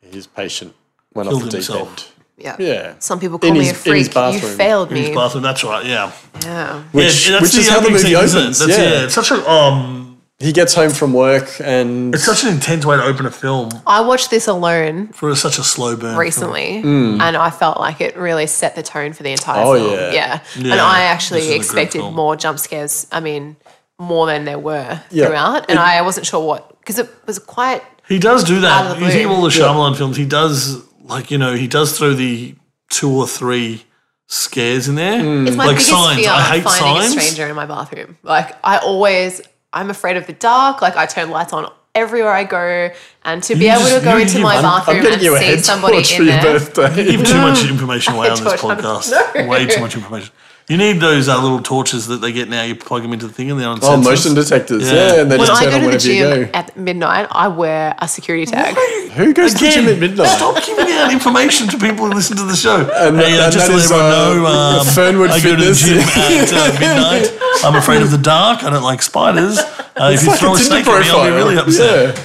A: his patient went off
B: Killed
A: the deep
B: himself.
A: end.
C: Yeah.
A: Yeah.
C: Some people
A: In
C: call me
A: his-
C: a
A: in his
C: freak. You
A: bathroom.
C: failed
B: In his
C: me.
B: bathroom, that's right, yeah.
C: Yeah.
A: Which,
B: yeah, that's
A: which is how the
B: opening
A: movie
B: scene, isn't it?
A: opens.
B: That's,
A: yeah.
B: yeah. It's such a um
A: He gets home from work and
B: it's such an intense way to open a film
C: I watched this alone
B: for such a slow burn.
C: recently, and I felt like it really set the tone for the entire
A: Mm. Oh, yeah.
C: film.
B: Yeah,
C: And I
B: this
C: actually
B: is a good
C: expected
B: film.
C: more jump scares. I mean, more than there were
A: Yeah.
C: throughout, and I wasn't sure what because it was quite.
B: He does do
C: Out
B: that.
C: of the
B: You think of
C: blue.
B: all the Shyamalan films, he does like, you know, he does throw the two or three scares in there.
A: Hmm.
C: It's my
B: like
C: biggest
B: signs.
C: fear
B: I hate
C: finding
B: signs.
C: a stranger in my bathroom. Like I always, I'm afraid of the dark. Like I turn lights on everywhere I go, and to be
B: You
C: able
B: just-
C: to go
B: you-
C: into
B: you-
C: my
B: I'm- I'm
C: bathroom and see somebody
A: for
C: in
A: your
C: there.
A: birthday.
B: Give too much information away
C: I
B: on this
C: don't
B: podcast.
C: know.
B: Way too much information. You need those uh, little torches that they get now. You plug them into the thing and they're on
A: Oh,
B: sensors.
A: motion detectors.
B: Yeah.
A: Yeah, and they
C: When
A: just
C: I
A: turn
C: go
A: on
C: to the
A: whenever you
C: gym
A: go.
C: at midnight, I wear a security tag.
A: Who goes to the gym at midnight?
B: Stop giving out information to people who listen to the show.
A: And
B: hey,
A: that-
B: uh,
A: that
B: just to let
A: is,
B: everyone
A: uh,
B: know, um,
A: Fernwood
B: I go to the
A: Fitness.
B: gym at uh, midnight. I'm afraid of the dark. I don't like spiders. Uh, if
A: It's
B: you
A: like
B: throw
A: a
B: a
A: Tinder
B: snake at me, I'll
A: profile.
B: be really upset.
A: Yeah.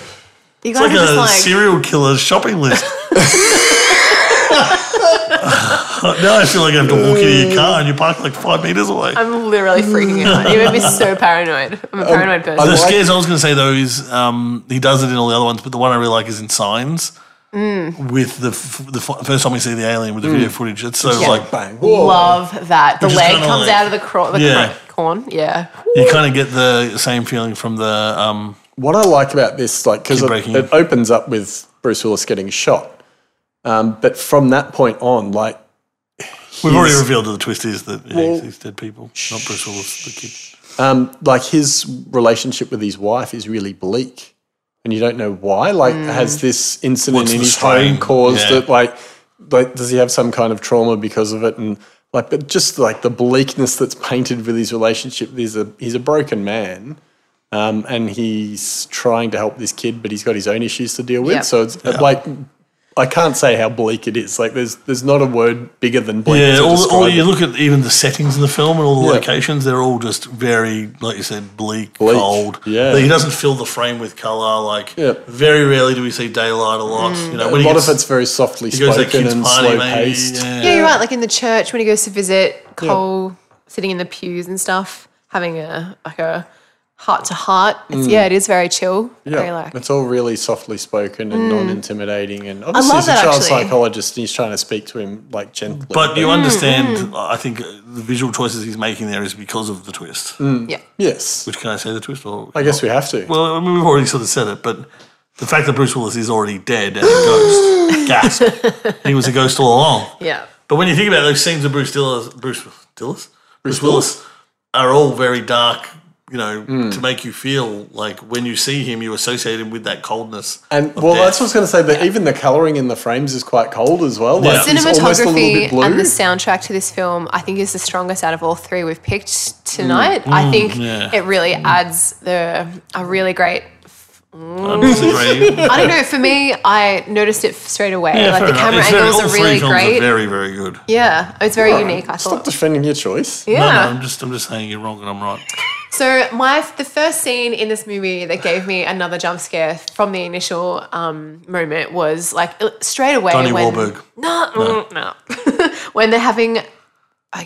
C: You
B: It's
C: guys
B: like
C: are
B: a
C: just like
B: serial killer shopping list. now I feel like I have to walk into your car and you park like five meters away.
C: I'm literally freaking out. You made me so paranoid. I'm a paranoid person.
B: the
A: like-
B: scares I was going to say though is um, he does it in all the other ones, but the one I really like is in Signs.
A: Mm.
B: With the f- the f- first time we see the alien with the video footage, it's so
C: Yeah.
B: like
A: Bang. Whoa.
C: Love that the
B: Which is
C: leg
B: kinda
C: comes
B: like-
C: out of the, cro- the
B: Yeah.
C: cro- corn. Yeah,
B: you kind of get the same feeling from the um,
A: What I like about this, like, because
B: Keep
A: it,
B: breaking.
A: it opens up with Bruce Willis getting shot, um, but from that point on, like,
B: we've already
A: Yes.
B: revealed that the twist is that yeah, he's, he's dead people, not Bruce Willis, the kid.
A: um, like his relationship with his wife is really bleak, and you don't know why. Like, has this incident
B: What's
A: in
B: the
A: his
B: strain?
A: home caused
B: Yeah.
A: it? Like, like, does he have some kind of trauma because of it? And like, but just like the bleakness that's painted with his relationship. He's a he's a broken man. Um, and he's trying to help this kid, but he's got his own issues to deal with.
C: Yep.
A: So it's like I can't say how bleak it is. Like there's there's not a word bigger than bleak.
B: Yeah,
A: to
B: all, all
A: describe
B: you
A: it.
B: look at even the settings in the film and all the
A: Yeah.
B: locations, they're all just very, like you said, bleak,
A: Bleak,
B: cold.
A: yeah.
B: Like, he doesn't fill the frame with color. Like
A: Yeah. Mm.
B: very rarely do we see daylight a lot. You know,
A: a
B: when
A: lot
B: he gets-
A: of it's very softly
B: he goes to that
A: spoken
B: kid's
A: and
B: party,
A: slow
B: maybe.
A: paced.
B: Yeah.
C: Yeah, you're right. Like in the church when he goes to visit Cole, sitting in the pews and stuff, having a like a heart to heart. It's Yeah, it is very chill. Very like Hmm.
A: it's all really softly spoken and non-intimidating, and obviously
C: love
A: he's a
C: that,
A: child
C: actually.
A: psychologist and he's trying to speak to him like gently.
B: But you understand, I think uh, the visual choices he's making there is because of the twist.
C: yeah.
A: yes,
B: Which can I say the twist? Or
A: I guess we have to.
B: Well, I mean, we've already sort of said it, but the fact that Bruce Willis is already dead and a ghost, gasp. He was a ghost all along.
C: Yeah.
B: But when you think about those scenes of Bruce Dillis, Bruce Dillis, Bruce Willis, are all very dark. You know, to make you feel like when you see him, you associate him with that coldness.
A: and
B: of
A: well,
B: death.
A: that's what I was going to say. That even the coloring in the frames is quite cold as well.
B: Yeah.
A: Like it's almost a little
C: Cinematography
A: bit blue.
C: and the soundtrack to this film, I think, is the strongest out of all three we've picked tonight. I think
B: yeah.
C: it really adds the a really great.
B: I disagree.
C: I don't know. For me, I noticed it straight away.
B: Yeah,
C: like the
B: fair enough.
C: camera
B: It's very-
C: angles
B: all
C: are
B: three
C: really
B: films
C: great.
B: Are very, very good.
C: yeah, it's very unique. I
A: Stop
C: thought.
A: defending your choice.
C: yeah.
B: No, no, I'm just, I'm just saying you're wrong and I'm right.
C: So my the first scene in this movie that gave me another jump scare from the initial um, moment was like uh, straight away
B: Donnie
C: when
B: Wahlberg.
C: no mm, no, when they're having okay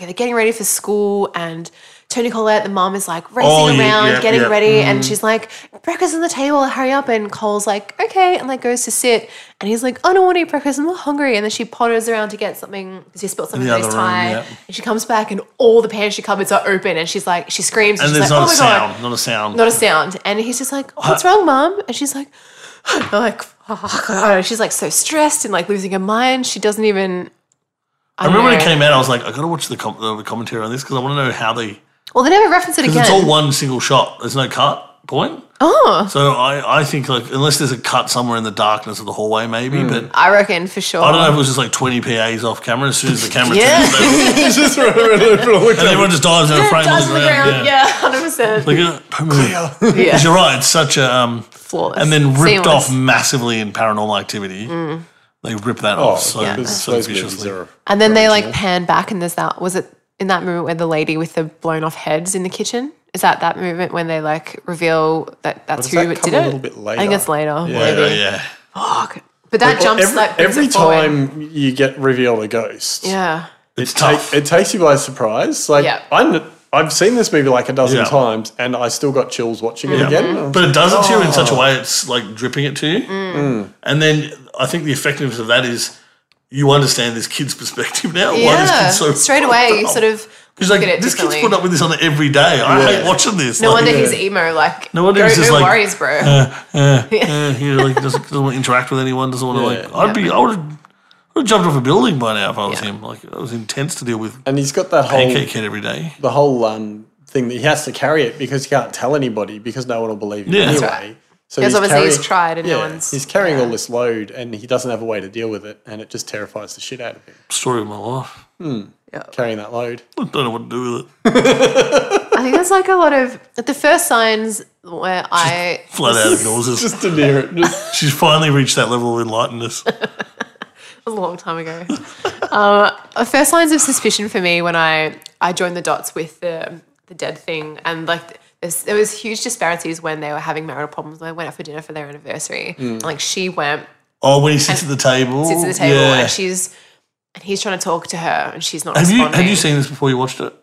C: they're getting ready for school and Tony Collette the mom is like racing
B: Oh,
C: around
B: yeah, yeah,
C: getting
B: yeah. Mm.
C: ready and she's like breakfast on the table hurry up and Cole's like okay and like goes to sit and he's like oh no I want to eat breakfast I'm not hungry and then she potters around to get something because he spilled something
B: the
C: on his
B: other room,
C: tie
B: yeah.
C: and she comes back and all the pantry cupboards are open and she's like she screams
B: And
C: she's
B: there's
C: like,
B: not,
C: oh
B: a
C: my
B: sound,
C: god,
B: not a sound.
C: not a sound. And he's just like, what's wrong, mom? And she's like, I'm like, fuck. Oh, she's like so stressed and like losing her mind. She doesn't even.
B: I remember when it
C: know.
B: came out, I was like, I got to watch the, com- the commentary on this because I want to know how they.
C: Well, they never reference it again.
B: Because it's all one single shot. There's no cut point.
C: oh,
B: So I, I think like unless there's a cut somewhere in the darkness of the hallway, maybe.
C: Hmm.
B: But
C: I reckon for sure.
B: I don't know if it was just like 20 PA's off camera as soon as the camera
C: Yeah.
B: turns, they-
A: just look
B: and everyone just dives in a frame on
C: Dies
B: the
C: on the
B: ground.
C: ground.
B: Yeah.
C: Yeah, hundred percent.
B: Like, uh, don't move. Because
C: Yeah,
B: you're right. It's such a um,
C: flawless.
B: and then ripped
C: Seamless. Mm.
B: off massively in Paranormal Activity. They rip that off so,
A: Oh, yeah.
B: so viciously.
C: And then they like pan back, and there's that. Was it in that moment where the lady with the blown off heads in the kitchen? Is that that moment when they like reveal that
A: does
C: that's who
A: that
C: did
A: come a
C: it?
A: little bit
C: I think
A: later?
C: it's later.
B: Yeah,
C: maybe.
B: yeah.
C: Fuck. But that jumps
A: every,
C: like brings
A: every
C: it forward.
A: time you get revealed a ghost,
C: Yeah.
B: It's
A: take-
B: tough.
A: it takes you by surprise. Like
C: Yeah.
A: I'm, I've seen this movie like a dozen
B: Yeah.
A: times, and I still got chills watching it
C: Mm-hmm.
A: again.
B: But it does it to you in such a
C: Oh.
B: way it's like dripping it to you.
C: Mm.
B: And then I think the effectiveness of that is you understand this kid's perspective now. Why this
C: Yeah.
B: kid's so
C: Straight away, you sort of
B: He's
C: look
B: like,
C: at it
B: this kid's
C: differently.
B: put up with this on the every day. I hate watching this.
C: no
B: like,
C: wonder he's emo. Like,
B: No
C: no,
B: wonder
C: go,
B: he's just
C: no
B: like,
C: worries, bro.
B: eh, uh, he like doesn't, doesn't want to interact with anyone. Doesn't want to like. I'd be. I would. would have jumped off a building by now if I was him. Like, it was intense to deal with
A: And he's got that whole
B: pancake head every day.
A: the whole um, thing that he has to carry it because he can't tell anybody because no one will believe him
B: Yeah.
A: anyway.
B: That's
C: right.
A: So
C: Because obviously he's tried and no one's-
A: He's carrying all this load and he doesn't have a way to deal with it, and it just terrifies the shit out of him
B: Story of my life.
A: carrying that load.
B: I don't know what to do with it.
C: I think there's like a lot of the first signs where I
B: Flat out ignores us.
A: Just to near it. Just,
B: She's finally reached that level of enlightenedness.
C: a long time ago. um, uh, first signs of suspicion for me when I I joined the dots with the the dead thing and like. there's- There was huge disparities when they were having marital problems. They went out for dinner for their anniversary.
B: Mm.
C: Like she went
B: Oh, when he sits at the table.
C: sits at the table
B: Yeah.
C: and she's and he's trying to talk to her and she's not
B: have you
C: responding.
B: have you seen this before you watched it?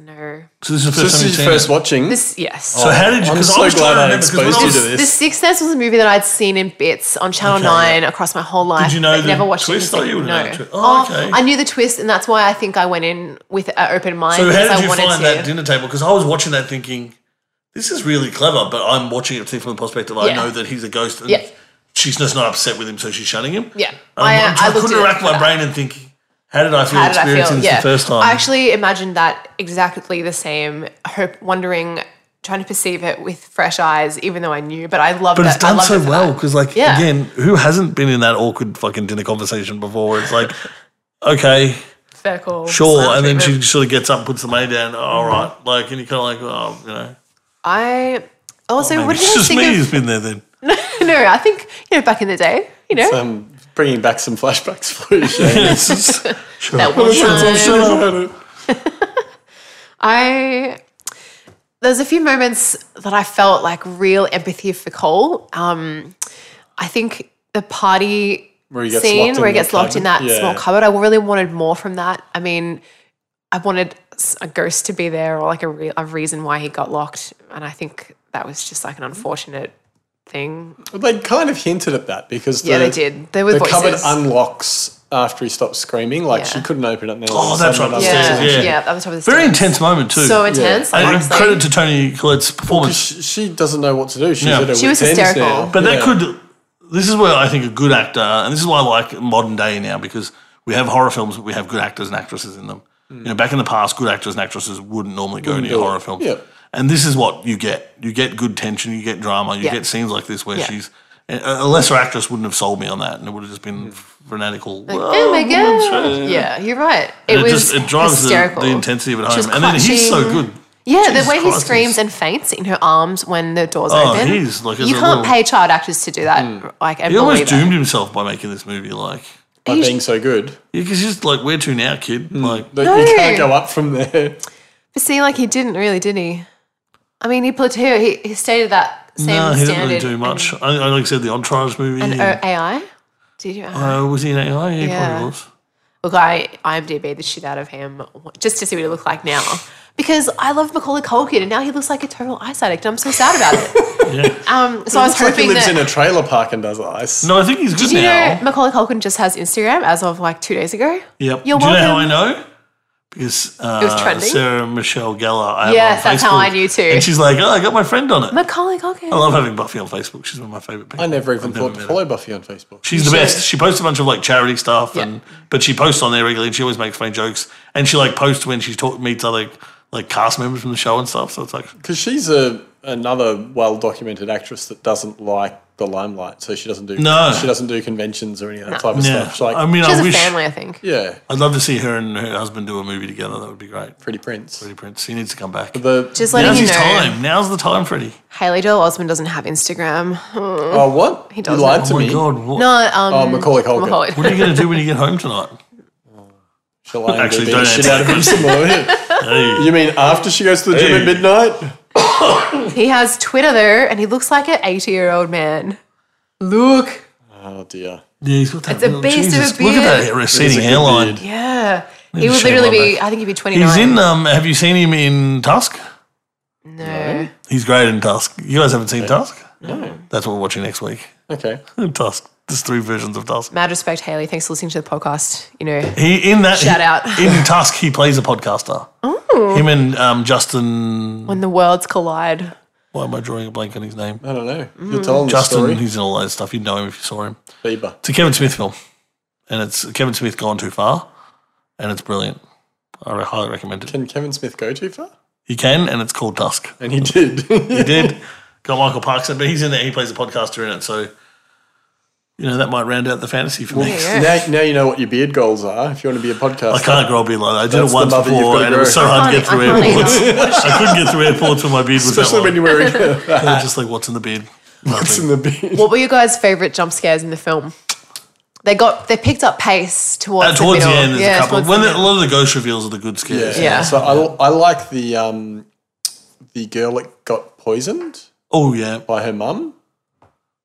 C: No.
B: So this is the first
A: this
B: time you've
A: is
B: seen
A: your first
B: it.
A: watching.
C: This yes.
B: So how did you?
A: I'm
B: Because
A: so
B: I was
A: glad
B: trying to
A: I
B: remember, 'cause when
A: exposed
B: I
A: you
B: was-
A: to this.
C: The Sixth Sense was a movie that I'd seen in bits on Channel
B: Okay.
C: Nine across my whole life.
B: you know
C: but
B: the
C: never watched
B: twist?
C: it.
B: Oh, you would've
C: no.
B: known the twist. Oh, okay.
C: I knew the twist, and that's why I think I went in with an open mind.
B: So
C: because
B: how
C: I
B: did you
C: wanted
B: find
C: to.
B: that dinner table? Because I was watching that thinking, this is really clever, but I'm watching it from the perspective I
C: Yeah.
B: know that he's a ghost and
C: Yeah.
B: she's just not upset with him, so she's shunning him.
C: Yeah.
B: And
C: I,
B: I'm,
C: uh,
B: Um, I'm try-
C: I looked
B: couldn't
C: at it
B: rack
C: for
B: my
C: that.
B: brain and think, how did I feel
C: How did I feel?
B: experiencing this
C: Yeah.
B: the first time?
C: I actually imagined that exactly the same. Hope, wondering, trying to perceive it with fresh eyes, even though I knew. But I loved
B: but
C: it.
B: it's
C: I
B: done
C: loved
B: so
C: it for
B: well
C: that.
B: because, like,
C: Yeah.
B: again, who hasn't been in that awkward fucking dinner conversation before? Where it's like, okay,
C: Fair call.
B: sure,
C: Silent
B: and then
C: treatment.
B: she sort of gets up, puts the money down. All right, like, and you kind of like, oh, you know,
C: I also.
B: maybe
C: what did
B: Oh, it's
C: you guys
B: just
C: think
B: me
C: of?
B: who's been there then.
C: no, I think you know back in the day. You know
A: um, bringing back some flashbacks for you. Shane.
B: It's just- sure.
C: that one time.
B: Shut up.
C: I there's a few moments that I felt like real empathy for Cole. Um, I think the party
A: Where he gets
C: scene
A: locked in
C: where he
A: the
C: gets locked in that
A: cabin. Yeah.
C: small cupboard, I really wanted more from that. I mean, I wanted s- a ghost to be there or like a, re- a reason why he got locked, and I think that was just like an unfortunate thing.
A: But they kind of hinted at that because
C: yeah,
A: the,
C: they did. There were
A: the cupboard
C: voices.
A: unlocks after he stops screaming. Like she
C: Yeah.
A: couldn't open it. And then all
B: Oh,
A: of a
B: that's
A: sudden
B: right,
A: another
B: upstairs,
C: yeah,
A: person-
B: yeah.
C: yeah, that was probably the
B: Very
C: stairs.
B: intense moment too.
C: So intense.
B: And
C: honestly.
B: credit to Tony Collette's performance.
A: She, she doesn't know what to do. She's
B: Yeah.
A: at her
B: She
C: was
A: wit's ends
C: hysterical.
A: now.
B: But
A: Yeah.
B: that could. This is where I think a good actor, and this is why I like modern day now because we have horror films, but we have good actors and actresses in them. You know, back in the past, good actors and actresses wouldn't normally go near
A: Hmm. do it.
B: horror films.
A: Yeah.
B: And this is what you get. You get good tension. You get drama. You
C: Yeah.
B: get scenes like this where
C: Yeah.
B: she's a a lesser actress wouldn't have sold me on that, and it would have just been fanatical.
C: Oh my
B: woman's
C: god! Yeah, you're right. It,
B: it,
C: was
B: just it drives the,
C: hysterical.
B: the intensity of it
C: She was
B: home, and then he's so
C: clutching-
B: good.
C: Yeah,
B: Jesus
C: the way he
B: Christ,
C: screams
B: he's-
C: and faints in her arms when the doors
B: Oh,
C: open.
B: he's like- he's
C: you
B: a
C: can't
B: little- Hmm.
C: pay child actors to do that. Like and
B: He almost
C: believe it.
B: doomed himself by making this movie. Like,
A: by
C: He's-
A: being so good.
B: because just like where to now, kid? Like,
A: That
C: No.
A: You can't go up from there.
C: But see, like he didn't really, did he? I mean, he plateaued. He, he stayed at that same
B: no, he didn't
C: standard.
B: really do much. I, I like I said the Entourage movie.
C: And, and
B: and-
C: uh, AI. Did you?
B: uh, was he in AI? Yeah, he
C: Yeah.
B: probably was.
C: Look, I IMDb the shit out of him just to see what he looked like now. Because I love Macaulay Culkin, and now he looks like a total ice addict. and I'm so sad about it. Um, so I was
A: It's like
C: hoping
A: he lives
C: that.
A: in a trailer park and does ice.
B: No, I think he's good
C: do you
B: now.
C: know Macaulay Culkin just has Instagram as of like two days ago?
B: yep.
C: You're
B: do you know how I
C: welcome.
B: know? Because uh,
C: was trending?
B: Sarah Michelle Gellar. I have her
C: Yes,
B: on
C: that's how I
B: Facebook,
C: knew too.
B: And she's like, oh, I got my friend on it.
C: Macaulay Culkin.
B: I love having Buffy on Facebook. She's one of my favorite people.
A: I never even
B: I've
A: thought
B: met
A: to
B: her.
A: follow Buffy on Facebook.
B: She's the
C: should.
B: best. She posts a bunch of like charity stuff,
C: Yeah.
B: and but she posts on there regularly. and She always makes funny jokes, and she like posts when she talk, meets other like cast members from the show and stuff. So it's like
A: Because she's a another well documented actress that doesn't like the limelight, so she doesn't do
B: No.
A: she doesn't do conventions or any of that type of
B: yeah.
A: stuff. She's like,
B: I mean,
C: She has
B: I
C: a
B: wish
C: family, I think.
A: yeah,
B: I'd love to see her and her husband do a movie together. That would be great.
A: Pretty Prince.
B: Freddie Prince, he needs to come back.
A: The
C: Just letting
B: Now's
C: you
B: his
C: know,
B: time. Now's the time, Freddie.
C: Haley Joel Osment doesn't have Instagram.
A: oh what he
C: doesn't.
A: you lied
B: Oh
A: to
B: my
A: me.
B: god! What,
C: No, um,
A: Oh Macaulay Culkin.
C: Macaulay.
B: what are you going to do when you get home tonight?
A: She'll IMDb
B: Actually,
A: the
B: don't
A: shit
B: answer
A: out of him some more.
B: Hey.
A: You mean after she goes to the gym
B: Hey.
A: at midnight?
C: He has Twitter though, and he looks like an 80 year old man. Look.
A: Oh dear.
B: Yeah, he's got that.
C: It's a
B: little-
C: beast of a
B: Look at that
C: beard.
B: receding
A: It's a good
B: hairline.
A: beard.
C: Yeah.
B: Need
C: He
B: to
C: would
B: shave
C: literally
B: my
C: be,
B: back.
C: I think he'd be 29.
B: He's in. Um, have you seen him in Tusk?
C: No.
B: He's great in Tusk. You guys haven't seen Tusk? No. That's what we're watching next week.
A: Okay.
B: Tusk. There's three versions of Tusk.
C: Mad respect, Haley. Thanks for listening to the podcast. You know,
B: He in that
C: Shout
B: he-
C: out.
B: in Tusk. He plays a podcaster. Him and um, Justin.
C: when the worlds collide.
B: Why am I drawing a blank on his name?
A: I don't know. You're telling the
B: Justin.
A: story.
B: He's in all that stuff. You'd know him if you saw him.
A: Bieber.
B: It's a Kevin Smith film. and it's Kevin Smith gone too far, and it's brilliant. I re- highly recommend it.
A: Can Kevin Smith go too far?
B: You can, and it's called Dusk.
A: And he did.
B: He did got Michael Parkinson, but he's in there. He plays a podcaster in it, so you know that might round out the fantasy for me.
C: yeah.
A: now, now you know what your beard goals are if you want to be a podcaster.
B: I can't grow a beard like that. I did
A: That's the
B: it once
A: mother you've
B: before,
A: gotta
B: and it was so
A: grow.
B: hard to get through
C: I can't
B: airports. I couldn't get through airports when my beard was
A: Especially when
B: that
A: you're wearing that
B: long. They're just like, what's in the beard?
A: It's
B: Nothing.
A: in the beard.
C: What were your guys' favorite jump scares in the film? They got they picked up pace towards
B: Uh, towards the,
C: middle.
B: end, there's a couple.
C: towards
B: When
C: the
B: the, a
C: middle.
B: lot of the ghost reveals are the good scares.
C: Yeah.
A: So I, I like the um, the girl that got poisoned
B: Oh yeah.
A: by her mum.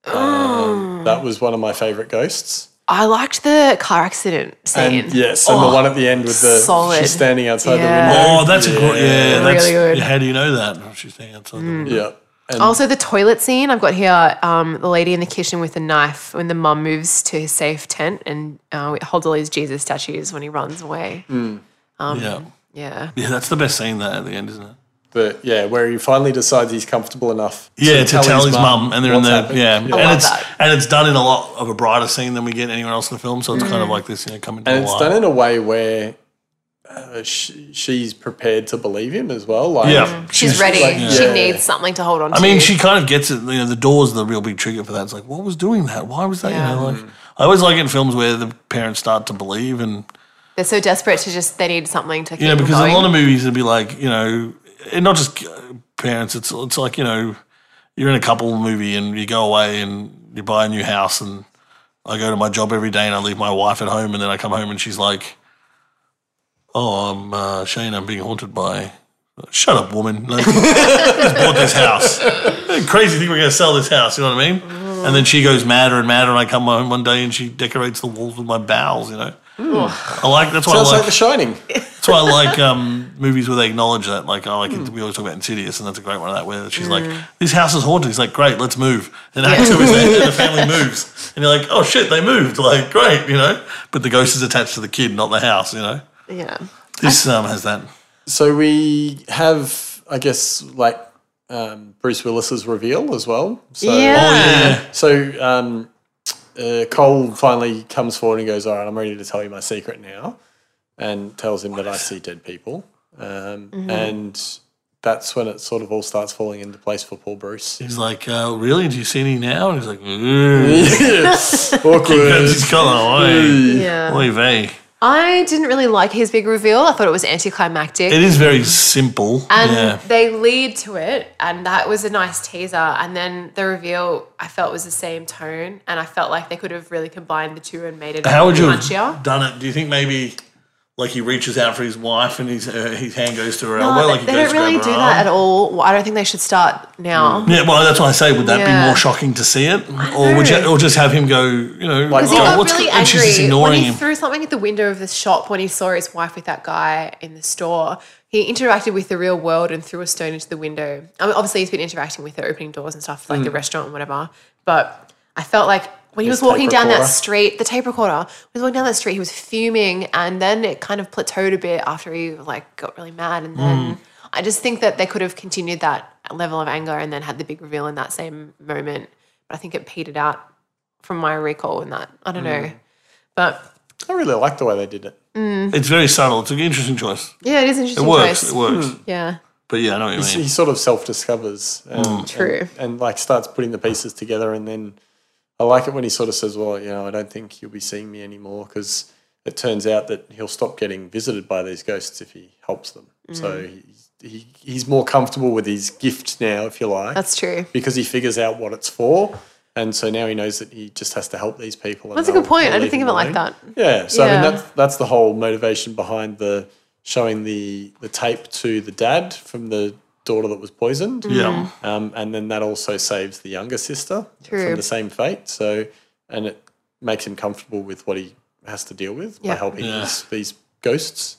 C: Oh.
A: Um, that was one of my favourite ghosts.
C: I liked the car accident scene.
A: And yes, and the one at the end with the
C: Oh, solid.
A: she's standing outside
C: Yeah.
A: the window.
B: Oh, that's a good. Yeah, that's,
C: good. Mm.
B: How do you know that? She's standing outside. the window.
A: Yeah. And
C: Also, the toilet scene I've got here um, the lady in the kitchen with the knife when the mum moves to his safe tent and uh, it holds all his Jesus statues when he runs away.
B: Mm. yeah,
C: Yeah.
B: yeah. That's the best scene. That at the end, isn't it?
A: the yeah, where he finally decides he's comfortable enough.
B: Yeah, to tell his mum, and they're in
A: what's
B: the
A: happened.
B: yeah,
C: love
B: and it's
C: that.
B: and it's done in a lot of a brighter scene than we get anywhere else in the film. So it's kind
C: Mm.
B: of like this, you know, coming to
A: and
B: life.
A: it's done in a way where uh, she, she's prepared to believe him as well. Like,
B: yeah,
C: Mm. She's, ready.
A: like,
C: She
A: yeah.
C: needs something to hold on to.
B: I mean, she kind of gets it. You know, the door's the real big trigger for that. It's like, what was doing that? Why was that?
C: Yeah.
B: You know, like I always like it in films where the parents start to believe, and
C: They're so desperate to just, they need something to keep
B: you know,
C: them
B: because in a
C: going.
B: lot of movies it'd be like, you know, and not just uh, parents. It's it's like you know, you're in a couple movie and you go away and you buy a new house and I go to my job every day and I leave my wife at home and then I come home and she's like, "Oh, I'm uh, Shane. I'm being haunted by." "Uh, Shut up, woman! Like, just bought this house. Crazy thing. We're going to sell this house. You know what I mean? And then she goes madder and madder. And I come home one day and she decorates the walls with my bowels. You know. I like that's why I
A: Sounds
B: like
A: like The Shining.
B: that's why I like um, movies where they acknowledge that. Like, oh, I like we always talk about Insidious, and that's a great one of that. Where she's like, "This house is haunted." He's like, "Great, let's move." And Act Two is there, and the family moves, and you're like, "Oh shit, they moved!" Like, great, you know. But the ghost is attached to the kid, not the house. You know,
C: yeah.
B: this um, has that.
A: So we have, I guess, like um, Bruce Willis's reveal as well. So,
C: Yeah.
B: Oh yeah,
A: So um, uh, Cole finally comes forward and goes, "All right, I'm ready to tell you my secret now," and tells him that I see dead people, um, and that's when it sort of all starts falling into place for poor Bruce.
B: he's like, uh, "Really? Do you see any now?" And he's like, "Ooh,
A: Awkward.
B: he's gone away."
C: Yeah.
B: Oy vey.
C: I didn't really like his big reveal. I thought it was anticlimactic.
B: It is very simple.
C: And
B: yeah.
C: they lead to it, and that was a nice teaser. And then the reveal, I felt was the same tone, and I felt like they could have really combined the two and made it
B: How would you
C: punchier.
B: have done it? Do you think maybe like he reaches out for his wife and his uh, his hand goes to her
C: No,
B: elbow?
C: they-
B: Like he
C: they
B: goes
C: don't really
B: to
C: do
B: grab her
C: that at
B: arm? Mm.
C: all. I don't think they should start now.
B: Yeah, well, that's why I say, would that
C: Yeah.
B: be more shocking to see it, or would you,
C: know.
B: or just have him go, you know,
A: Like,
C: Because he
A: Oh,
C: got
B: what's
C: really
B: and she's
C: angry
B: just
C: when
B: ignoring
C: he
B: him.
C: threw something at the window of the shop when he saw his wife with that guy in the store. He interacted with the real world and threw a stone into the window. I mean, obviously, he's been interacting with her, opening doors and stuff, like the restaurant and whatever. But I felt like when he
A: Mm. His
C: was walking
A: tape
C: down that
A: recorder.
C: street, the tape recorder, when he was walking down that street, he was fuming and then it kind of plateaued a bit after he like got really mad. And
A: Mm.
C: then I just think that they could have continued that level of anger and then had the big reveal in that same moment. But I think it petered out from my recall in that. I don't
A: Mm.
C: know. But
A: I really like the way they did it.
B: It's very subtle. It's an interesting choice.
C: yeah, it is an interesting
B: It works.
C: choice.
B: It works.
A: Hmm.
C: Yeah.
B: But yeah, I know what you mean.
A: He sort of self-discovers. And,
C: True.
A: And, and, like starts putting the pieces together, and then I like it when he sort of says, "Well, you know, I don't think you'll be seeing me anymore," because it turns out that he'll stop getting visited by these ghosts if he helps them. So
C: Mm.
A: he, he he's more comfortable with his gift now, if you like,
C: That's true.
A: because he figures out what it's for. And so now he knows that he just has to help these people. and
C: That's a
A: they'll-
C: good point.
A: they'll
C: I didn't
A: leave
C: think
A: him
C: of it like
A: alone.
C: that.
A: Yeah. So I
C: Yeah.
A: mean, that's that's the whole motivation behind the showing the the tape to the dad from the daughter that was poisoned.
C: Mm.
B: Yeah.
A: Um, and then that also saves the younger sister
C: True.
A: from the same fate. So, and it makes him comfortable with what he has to deal with
C: Yeah.
A: by helping
B: Yeah.
A: these, these ghosts.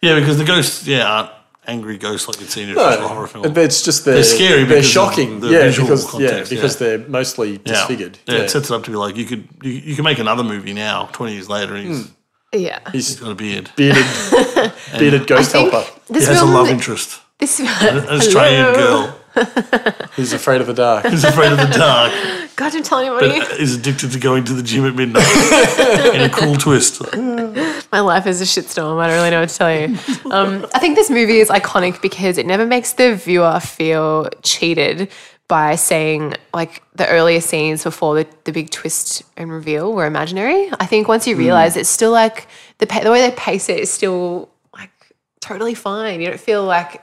B: yeah, because the ghosts, yeah, aren't angry ghosts like you'd see in a traditional horror film.
A: it's just they're,
B: scary
A: They're
B: because of
A: shocking.
B: the
A: yeah,
B: visual
A: because
B: context,
A: yeah, because
B: yeah.
A: they're mostly
B: Yeah.
A: disfigured.
B: Yeah, it sets it up to be like you could you, you can make another movie now, twenty years later, and
A: Hmm.
B: he's
C: Yeah.
A: he's
B: got a beard.
A: bearded, bearded
C: I
A: ghost
C: think
A: helper.
B: He
C: this
B: has a
C: film,
B: love interest.
C: this
B: An Australian
C: Hello.
B: girl
A: He's afraid of the dark.
B: who's afraid of the dark.
C: God, I'm telling you, what
B: but
C: are you-
B: uh, is addicted to going to the gym at midnight in a cruel twist.
C: my life is a shitstorm. I don't really know what to tell you. Um, I think this movie is iconic because it never makes the viewer feel cheated by saying like the earlier scenes before the, the big twist and reveal were imaginary. I think once you realize it's still like the pa- the way they pace it is still like totally fine. You don't feel like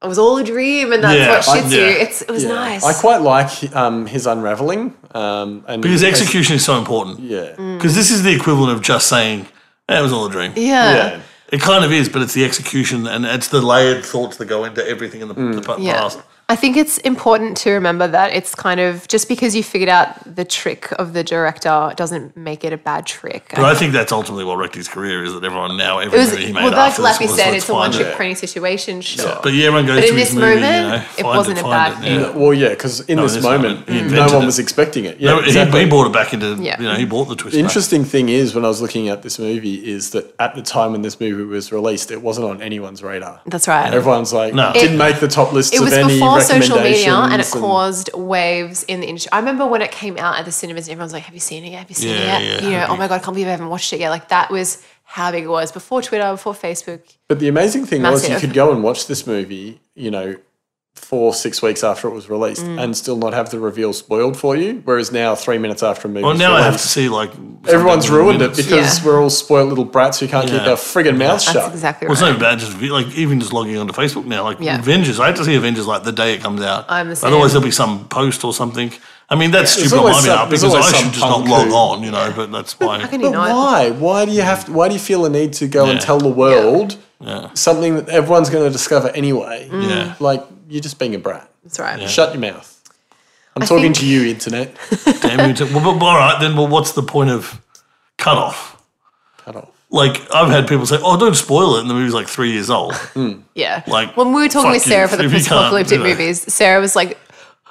C: it was all a dream and that's
B: Yeah,
C: what
B: I-
C: shits you.
B: yeah.
C: It's it was
A: Yeah.
C: nice.
A: I quite like um, his unraveling. Um, and
B: Because execution is so important.
A: Yeah.
C: Mm.
B: Because this is the equivalent of just saying, "Eh, it was all a dream.
C: yeah.
A: Yeah.
B: It kind of is, but it's the execution and it's the layered thoughts that go into everything in the,
C: Mm.
B: the pa- past.
C: I think it's important to remember that it's kind of just because you figured out the trick of the director doesn't make it a bad trick.
B: But I think that's ultimately what wrecked his career is that everyone now, every
C: it was
B: movie he made
C: well, like,
B: after
C: like we
B: this was,
C: said,
B: "Let's
C: it's a one
B: find
C: trick
B: it."
C: pony situation. Sure,
B: But yeah, everyone goes
C: But in
B: to his
C: this
B: movie, you
C: moment,
B: know,
C: it
B: find
C: wasn't a
B: find
C: bad
B: it, yeah.
C: thing.
A: Well, yeah, because in
B: No,
A: this
B: this one,
A: moment,
B: he
A: no
B: invented
A: one
B: it.
A: was expecting it. Yeah,
B: No, he-
A: exactly.
B: He brought it back into,
C: Yeah.
B: you know, he bought the twist.
A: The
B: back.
A: interesting thing is, when I was looking at this movie, is that at the time when this movie was released, it wasn't on anyone's radar.
C: that's right.
A: Everyone's like,
B: No.
A: didn't make the top lists
C: it was
A: of any
C: before social media and it
A: recommendations
C: caused waves in the industry. I remember when it came out at the cinemas, and everyone's like, Have you seen it yet? Have you seen
B: Yeah,
C: it yet?
B: yeah,
C: you know,
B: how
C: oh my God, I can't believe I haven't watched it yet. Like, that was how big it was before Twitter, before Facebook.
A: But the amazing thing was, you
C: Massive.
A: could go and watch this movie, you know, four, six weeks after it was released
C: Mm.
A: and still not have the reveal spoiled for you. Whereas now, three minutes after a movie,
B: Well,
A: is
B: now I have to
A: released,
B: see, like.
A: everyone's ruined it because
C: Yeah.
A: we're all spoiled little brats who can't keep
B: Yeah.
A: our friggin' mouths
C: That's
A: shut.
C: exactly
B: Well,
C: right.
B: it's not even bad. Just vi- like even just logging onto Facebook now, like
C: Yeah.
B: Avengers. I have to see Avengers like the day it comes out.
C: I'm the same.
B: Otherwise, there'll be some post or something. I mean, that's
A: There's
B: stupid on
A: always
B: my
A: some-
B: behalf
A: there's
B: because I
A: always some
B: should just not
A: punk
B: log
A: who-
B: on, you know. But that's
C: How
B: why.
C: can you
A: But
C: not?
A: why? Why do you have? To, why do you feel the need to go and
B: Yeah.
A: tell the world
B: Yeah.
A: something that everyone's going to discover anyway?
C: Mm.
B: Yeah.
A: Like you're just being a brat.
C: That's right.
A: Shut your mouth. I'm talking
C: think-
A: to you, internet.
B: Damn you. Well, but- all right, then. Well, what's the point of cut off?
A: Cut off.
B: Like I've had people say, "Oh, don't spoil it," and the movie's like three years old.
C: Yeah.
B: Like,
C: when we were talking
B: fuck
C: with Sarah
B: you,
C: for the
B: if you
C: post
B: can't,
C: apocalyptic
B: you know.
C: movies, Sarah was like,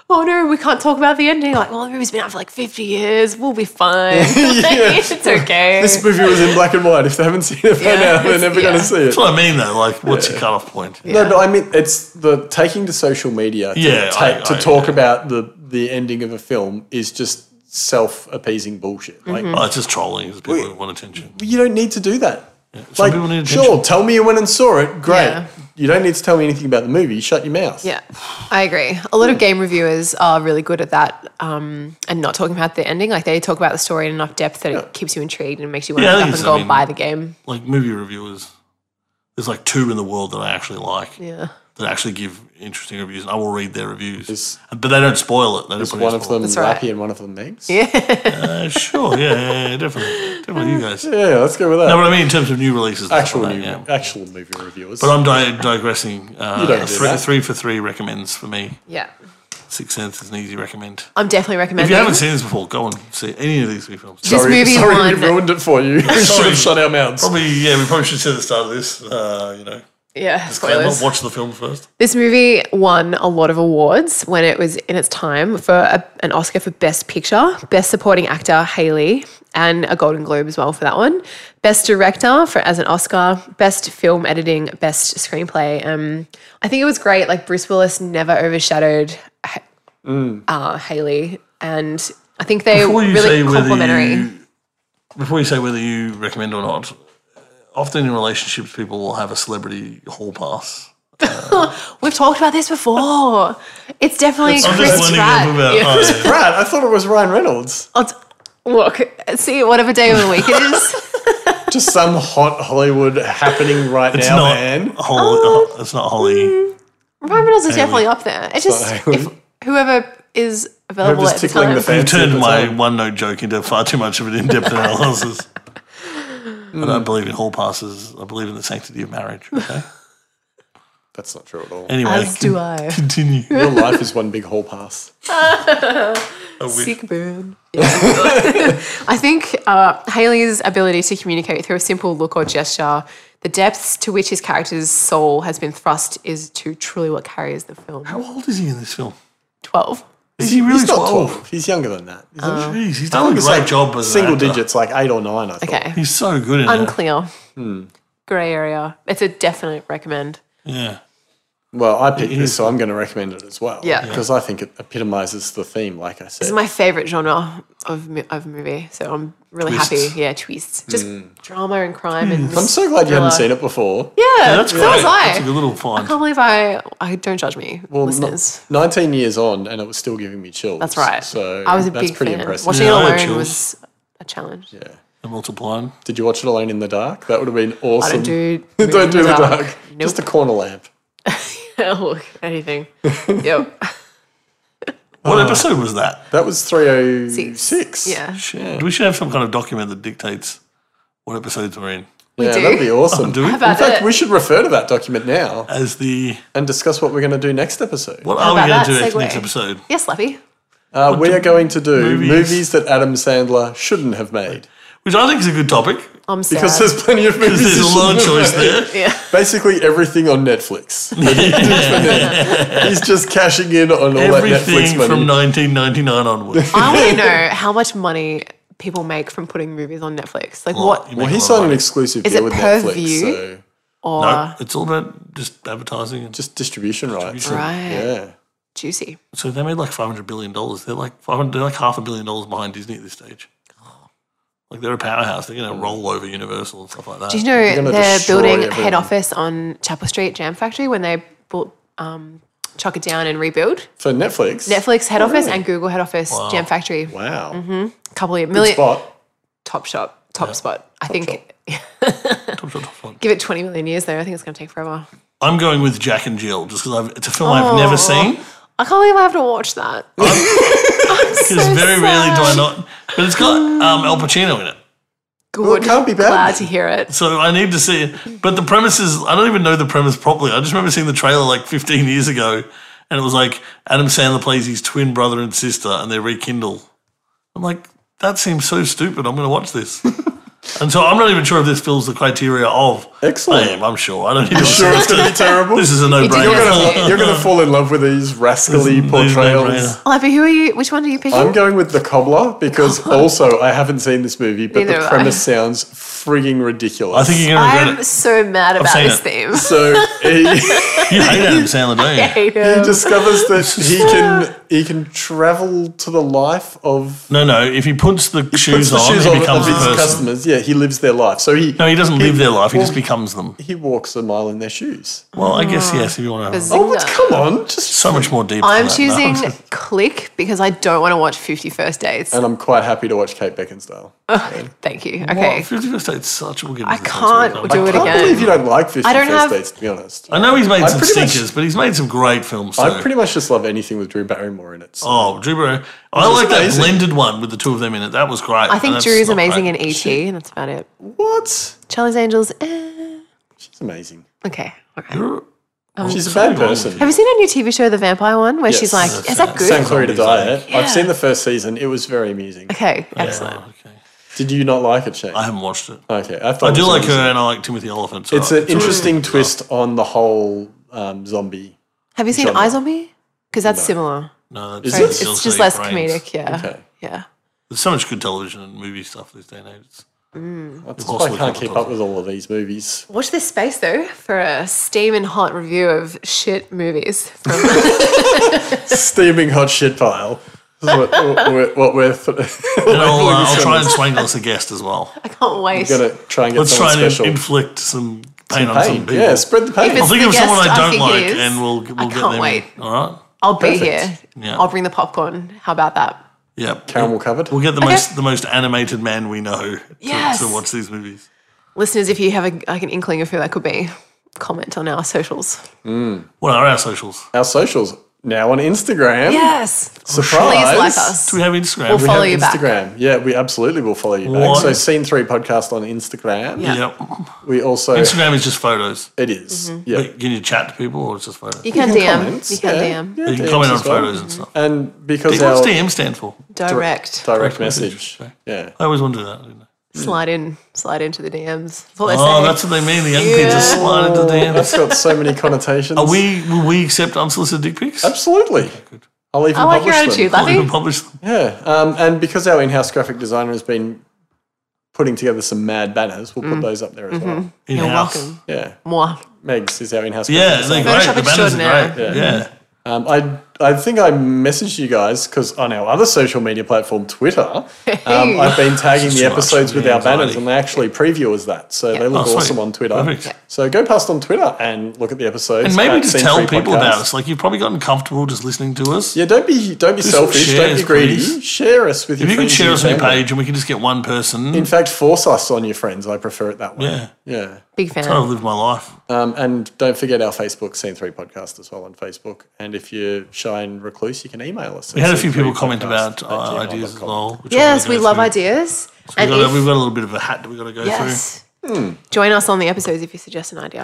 C: Oh no, we can't talk about the ending. Like, well, the movie's been out for like 50 years. We'll be fine. it's okay.
A: This movie was in black and white. If they haven't seen it by
C: Yeah,
A: now, they're
C: it's-
A: never going
C: yeah.
A: to see it.
B: That's what I mean, though. Like, what's your cut off point?
A: No, but I mean it's the taking to social media to,
B: Yeah,
A: ta-
B: I-
A: to
B: I-
A: talk
B: yeah.
A: about the the ending of a film is just self appeasing bullshit. Like
C: Mm-hmm.
B: Oh, it's just trolling. It's people who want attention.
A: you don't need to do that.
B: Some
A: like
B: people need attention.
A: sure, tell me you went and saw it. Great.
C: Yeah.
A: You don't need to tell me anything about the movie. Shut your mouth.
C: Yeah, I agree. A lot of game reviewers are really good at that um, and not talking about the ending. Like, they talk about the story in enough depth that it keeps you intrigued and makes you want
B: Yeah, I
C: to pick
B: think
C: up and
B: so.
C: go
B: I
C: and
B: mean-
C: buy the game.
B: Like movie reviewers, there's like two in the world that I actually like.
C: Yeah.
B: that actually give interesting reviews, and I will read their reviews.
A: Is-
B: but they don't spoil it. They don't
A: It's
B: put
A: one
B: it
A: of them
C: That's
A: Rappy
C: right.
A: and one of them Megs. Yeah.
B: Uh, sure, yeah, yeah, yeah, definitely, definitely, you guys. No,
A: let's go with that.
B: but I mean in terms of new releases, and stuff
A: actual
B: like
A: new,
B: that, yeah.
A: actual movie reviewers.
B: But I'm di- digressing. Uh,
A: You don't do
B: three,
A: that.
B: three for three recommends for me.
C: Yeah.
B: Six Sense is an easy recommend.
C: I'm definitely
B: If
C: recommending
B: you haven't seen this before, go and see any of these three films.
C: this
A: sorry,
C: movie
A: sorry
C: won.
A: we ruined it for you. we should have shut our mouths.
B: Probably, yeah, we probably should say at the start of this. Uh, you know,
C: yeah,
B: disclaimer,
C: spoilers.
B: watch the film first.
C: This movie won a lot of awards when it was in its time for a, an Oscar for Best Picture, Best Supporting Actor Haley, and a Golden Globe as well for that one. Best Director for as an Oscar, Best Film Editing, Best Screenplay. Um, I think it was great. Like Bruce Willis never overshadowed Ha- uh, Haley, and I think they were
B: Before you
C: really
B: say whether
C: complimentary.
B: you, before you say whether you recommend or not, uh, often in relationships, people will have a celebrity hall pass.
C: We've talked about this before. It's definitely
B: I'm
C: Chris
B: just learning
C: Pratt.
B: a
C: Yeah.
B: little bit about. oh, yeah.
A: Brad, I thought it was Ryan Reynolds.
C: I'll t- look, see whatever day of the week it is.
A: Just some hot Hollywood happening right
B: It's
A: now,
B: not
A: man.
B: Holly.
C: Oh.
B: it's not
C: Mm.
B: Holly.
C: Ryan Reynolds is definitely up there. It's just
A: Sorry.
C: if whoever is available
A: Whoever's
C: at the
A: tickling
C: time.
A: the
B: You
A: fancy. at the
B: turned my
A: time.
B: one note joke into far too much of an in depth analysis. I
A: Mm.
B: don't believe in hall passes. I believe in the sanctity of marriage. Okay.
A: That's not true at all.
B: Anyway,
C: As do I.
B: continue.
A: Your life is one big hall pass.
B: Uh,
C: Sick burn. Yeah. I think uh, Haley's ability to communicate through a simple look or gesture, the depths to which his character's soul has been thrust, is to truly what carries the film.
B: How old is he in this film?
C: Twelve.
B: Is he really
A: He's not
B: 12?
A: 12. He's younger than that. Isn't
C: Uh,
A: he?
B: Jeez, he's
A: I
B: done a
A: think
B: great
A: it's like
B: job as an
A: Single
B: actor.
A: digits, like eight or nine, I think.
C: Okay.
B: He's so good in it.
A: Hmm.
C: Unclear. Grey area. It's a definite recommend.
B: Yeah.
A: Well, I picked this, so I'm going to recommend it as well.
C: Yeah. Yeah.
A: Because I think it epitomizes the theme, like I
C: It's
A: said.
C: my favorite genre of mo- of movie, so I'm really
B: Twists.
C: happy. Yeah, twists, just
A: Hmm.
C: drama and crime, and
A: I'm so glad you haven't
C: thriller.
A: seen it before.
C: Yeah,
B: that's
C: so
B: great.
C: was I.
B: That's a good little
C: I
B: find.
C: can't believe I. I don't judge me,
A: Well, n-
C: listeners.
A: 19 years on, and it was still giving me chills.
C: that's right.
A: So
C: I was a
A: that's
C: big
A: pretty
C: fan.
A: impressive.
C: Watching
B: Yeah, I had
C: it alone
B: chills.
C: was a challenge.
A: yeah.
B: The multiplying.
A: Did you watch it alone in the dark? That would have been awesome.
C: I don't do.
A: Don't do the dark.
C: Nope.
A: Just a corner lamp.
C: Look, anything. yep.
B: What episode was that?
A: That was 306.
C: Yeah.
B: Shit. We should have some kind of document that dictates what episodes we're in.
A: yeah
C: do.
A: that'd be awesome.
B: Do we?
C: How about
A: In fact,
C: it?
A: we should refer to that document now
B: As the
A: and discuss what we're going to do next episode.
B: what
C: How
B: are we
C: about
B: going
C: that
B: to do after
C: segue?
B: next episode?
C: Yes, Lappy.
A: Uh, we are going to do
B: movies-
A: movies. that Adam Sandler shouldn't have made
B: Which I think is a good topic.
C: I'm sad.
A: because there's plenty of movies.
B: There's
A: he
B: a
A: shouldn't
B: lot of
A: have
B: choice
A: made.
B: there.
C: yeah.
A: Basically, everything on Netflix. that he did for them. He's just cashing in on all
B: Everything
A: that Netflix money.
B: from 1999 onwards.
C: I want to know how much money people make from putting movies on Netflix. Like what?
A: well, he signed an exclusive
C: Is
A: deal
C: it
A: with
C: per
A: Netflix,
C: view?
A: so
C: Or
B: No, it's all about just advertising. And
A: just distribution rights.
C: Right.
A: Yeah. Uh,
C: juicy.
B: so they made like 500 billion dollars. They're like 500, they're like half a billion dollars behind Disney at this stage.
C: Oh.
B: Like they're a powerhouse. They're going to roll over Universal and stuff like that.
C: Do you
A: gonna
C: know they're
A: destroy
C: building
A: everything.
C: head office on Chapel Street Jam Factory when they bought um, Chuck It Down and rebuild?
A: For Netflix.
C: Netflix Mm-hmm. head office and Google head office Jam Factory.
A: Wow.
C: Couple of million
A: Spot.
C: top shop, top spot. I think
B: Top, top, top, top.
C: give it 20 million years though. I think it's going to take forever.
B: I'm going with Jack and Jill just because it's a film I've never seen.
C: I can't believe I have to watch that.
B: Because very rarely do I not. But it's got um, Al Pacino in it.
C: Good.
A: it can't be bad.
C: Glad to hear it.
B: So I need to see it. But the premise is, I don't even know the premise properly. I just remember seeing the trailer like 15 years ago. And it was like Adam Sandler plays his twin brother and sister and they rekindle. I'm like, that seems so stupid. I'm going to watch this. and so I'm not even sure if this fills the criteria of.
A: Excellent.
B: I am, I'm sure. I don't even
A: Sure, it's going to be terrible.
B: This is a no
C: did
A: you're
C: not
B: brainer.
C: see
A: gonna, you're gonna fall in love with these rascally
B: These
A: portrayals.
B: no-brainer.
C: Lappy, who are you? Which one are you picking?
A: I'm going with the cobbler because also I haven't seen this movie, but
C: Neither have
A: the
C: I.
A: premise sounds frigging ridiculous.
B: I think you're going to regret
C: I'm so mad about
B: seen
C: this
B: it.
C: theme.
A: so he,
B: it. You hate Adam Sandler, don't you?
C: I hate
A: he
C: him.
A: discovers that he can he can travel to the life of
B: No, no. If he puts the shoes
A: puts the
B: on,
A: shoes
B: he
A: on of
B: becomes a
A: his
B: person.
A: customers. Yeah, he lives their life. So he
B: No, he doesn't live their life. He just
A: well-
B: becomes them.
A: he walks a mile in their shoes.
B: Well, I guess yes. If you want to, have
A: Oh, but
C: Zinga.
A: come on, just
B: so much more deep. than
C: I'm
B: that, no.
C: choosing Click because I don't want to watch Fifty First Dates.
A: and I'm quite happy to watch Kate Beckinsale.
C: Thank you.
B: Well,
C: Okay.
B: Fifty First Date's such. We'll get
C: I
B: into this next
C: can't
B: week.
C: do it
A: I can't
C: again.
A: believe you don't like Fifty
C: I don't
A: First
C: have-
A: Dates. To be honest,
B: I know he's made some
A: pretty much-
B: stinkers, but he's made some great films. Too.
A: I pretty much just love anything with Drew Barrymore in it. so-
B: oh, Drew Barry. I
A: is
B: like that
A: amazing.
B: blended one with the two of them in it. That was great.
C: I think
B: and
C: Drew
B: that's
C: is
B: not
C: amazing
B: great.
C: in ET, and that's about it.
A: What?
C: Charlie's Angels. Eh.
A: She's amazing.
C: Okay. All right.
B: Drew-
A: She's a bad person.
C: Have you seen her new TV show, The Vampire One, where she's like,
A: Yes.
C: "Is that good?"
A: San Clarita Diet.
C: Yeah.
A: I've seen the first season. It was very amusing.
C: Okay. Excellent.
B: Oh, okay.
A: Did you not like it, Shane?
B: I haven't watched it.
A: okay, I,
B: I do like her, and I like Timothy Oliphant. so
A: It's an
B: a really
A: interesting
B: good
A: twist on the whole um, zombie.
C: Have you seen
A: Genre.
C: Eyes on Me? Because that's similar.
B: stuff. No,
A: Is
B: that's
A: it?
B: Jill
A: It's
C: It's
B: Steele
C: just less
B: Brains.
C: comedic. Yeah.
A: Okay.
C: Yeah.
B: There's so much good television and movie stuff these day and age. It's-
A: That's
B: also
A: why I can't
B: a
A: keep
B: couple
A: up with all of these movies.
C: Watch this space though for a steam and hot review of shit movies. From
A: Steaming hot shit pile. This is what, what we're, what we're
B: And I'll, uh, I'll try and swangle us a guest as well.
C: I can't wait.
A: going to try and get
B: Let's
A: someone
B: try and
A: special.
B: inflict some pain on some
A: pain.
B: people.
A: Yeah, spread the pain.
C: If
B: I'll
C: it's-
B: think
C: the
B: of someone
C: guest, I
B: I don't
C: think it
B: like,
C: is.
B: and we'll
C: I
B: we'll get
C: can't
B: them.
C: wait.
B: in. All right.
C: I'll be
A: Perfect.
C: here.
B: Yeah.
C: I'll bring the popcorn. How about that?
B: Yeah.
A: Caramel covered.
B: We'll get the
C: Okay.
B: most the most animated man we know to,
C: Yes.
B: to watch these movies.
C: Listeners, if you have a, like an inkling of who that could be, comment on our socials.
B: What are our socials?
A: Our socials now on Instagram.
C: Yes.
A: Surprise.
C: Please like us.
B: Do we have Instagram?
C: We'll
B: We
C: follow
B: have-
C: you back.
A: Instagram. Yeah, we absolutely will follow you back.
B: What?
A: So scene three podcast on Instagram.
C: Yeah.
B: Yep.
A: We also
B: Instagram is just photos.
A: it is. Yeah.
B: Wait, Can you chat to people or it's just photos?
C: You can,
A: You
C: Mm-hmm.
A: can
C: DM.
A: comment,
C: You can
A: yeah.
C: DM.
A: Yeah,
B: You can
A: DMs
B: comment on
A: as well.
B: photos and stuff.
A: And because
B: What's
A: our
B: DM stand for?
C: Direct.
A: direct
B: message,
A: message.
B: right.
A: Yeah.
B: I always wonder that. Didn't I?
C: Slide in. Slide into the DMs. That's what they
B: Oh,
C: say.
B: that's what they mean. The young kids are sliding to DMs.
A: That's got so many connotations.
B: Are we will we accept unsolicited dick pics?
A: Absolutely. I'll even
C: I like your
A: publish
C: attitude,
A: them.
B: We'll even
C: Lappy.
B: publish them.
A: Yeah. Um, and because our in-house graphic designer has been putting together some mad banners. We'll
C: Mm.
A: put those up there as
C: Mm-hmm.
A: well.
B: in house.
C: welcome.
A: Yeah.
C: Moi.
A: Megs is our in house.
B: Yeah, they're great.
C: Photoshop
B: The banners are
C: extraordinaire.
B: great. Yeah.
A: Um, I I think I messaged you guys because on our other social media platform, Twitter, um, I've been tagging the
B: Too much
A: episodes with
B: fucking
A: our banners,
B: anxiety.
A: and they actually preview as that, so they look
B: Oh, sweet.
A: awesome on Twitter.
B: Perfect. Yeah.
A: So go past on Twitter and look at the episodes,
B: And maybe
A: at
B: just
A: Scene
B: tell
A: Free
B: people
A: Podcast.
B: about us. Like you've probably gotten comfortable just listening to us.
A: Yeah, don't be don't be
B: some
A: selfish, don't
B: shares,
A: be greedy.
B: please.
A: Share us with
B: If
A: your
B: you can
A: friends.
B: share
A: and
B: us on your
A: family.
B: page and we can just get one person,
A: In fact, force us on your friends. I prefer it that way.
B: Yeah.
A: Yeah.
C: Big fan.
B: I'll live my life.
A: Um, and don't forget our Facebook, Scene 3 Podcast, as well on Facebook. And if you're shy and recluse, you can email us.
B: We had a few people comment about uh, ideas as well. which I'm
C: Yes,
B: gonna
C: we
B: go
C: love
B: through.
C: ideas.
B: We've
C: and
B: got, a,
C: if,
B: we've got a little bit of a hat that we've got to go
C: yes,
A: Hmm.
C: join us on the episodes if you suggest an idea.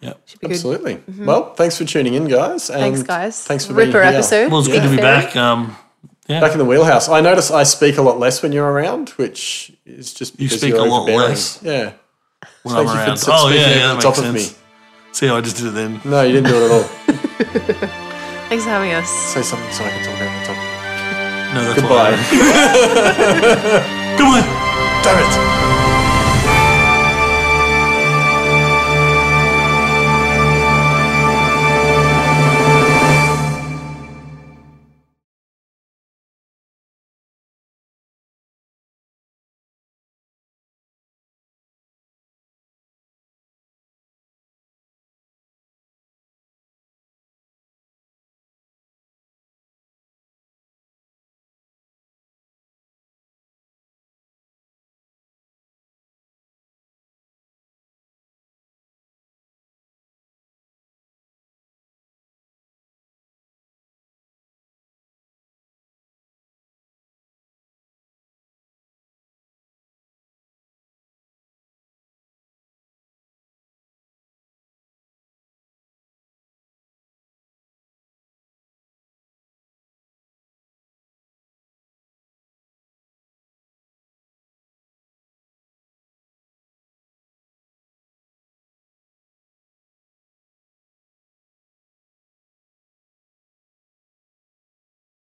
B: through. Yep.
C: Should be good. Mm-hmm.
A: Absolutely. Well, thanks for tuning in, guys. And
C: Thanks, guys.
A: Thanks for
C: Ripper
A: being here.
C: episode.
B: Well, it's
C: Big
B: good to be
C: fan.
B: back. Um,
A: Back in the wheelhouse. I notice I speak a lot less when you're around, which is just because
B: speak
A: are
B: a lot
A: overbearing.
B: less.
A: Yeah.
B: when
A: Thank
B: I'm
A: you for
B: around.
A: s-
B: Oh,
A: speaking
B: yeah,
A: over
B: yeah,
A: the
B: that
A: top
B: makes
A: of
B: sense. See how I just did it then.
A: No, you didn't do it at all.
C: Thanks for having us.
A: Say something so I can talk over the top.
B: No, that's
A: Goodbye.
B: why. Goodbye.
A: Damn it.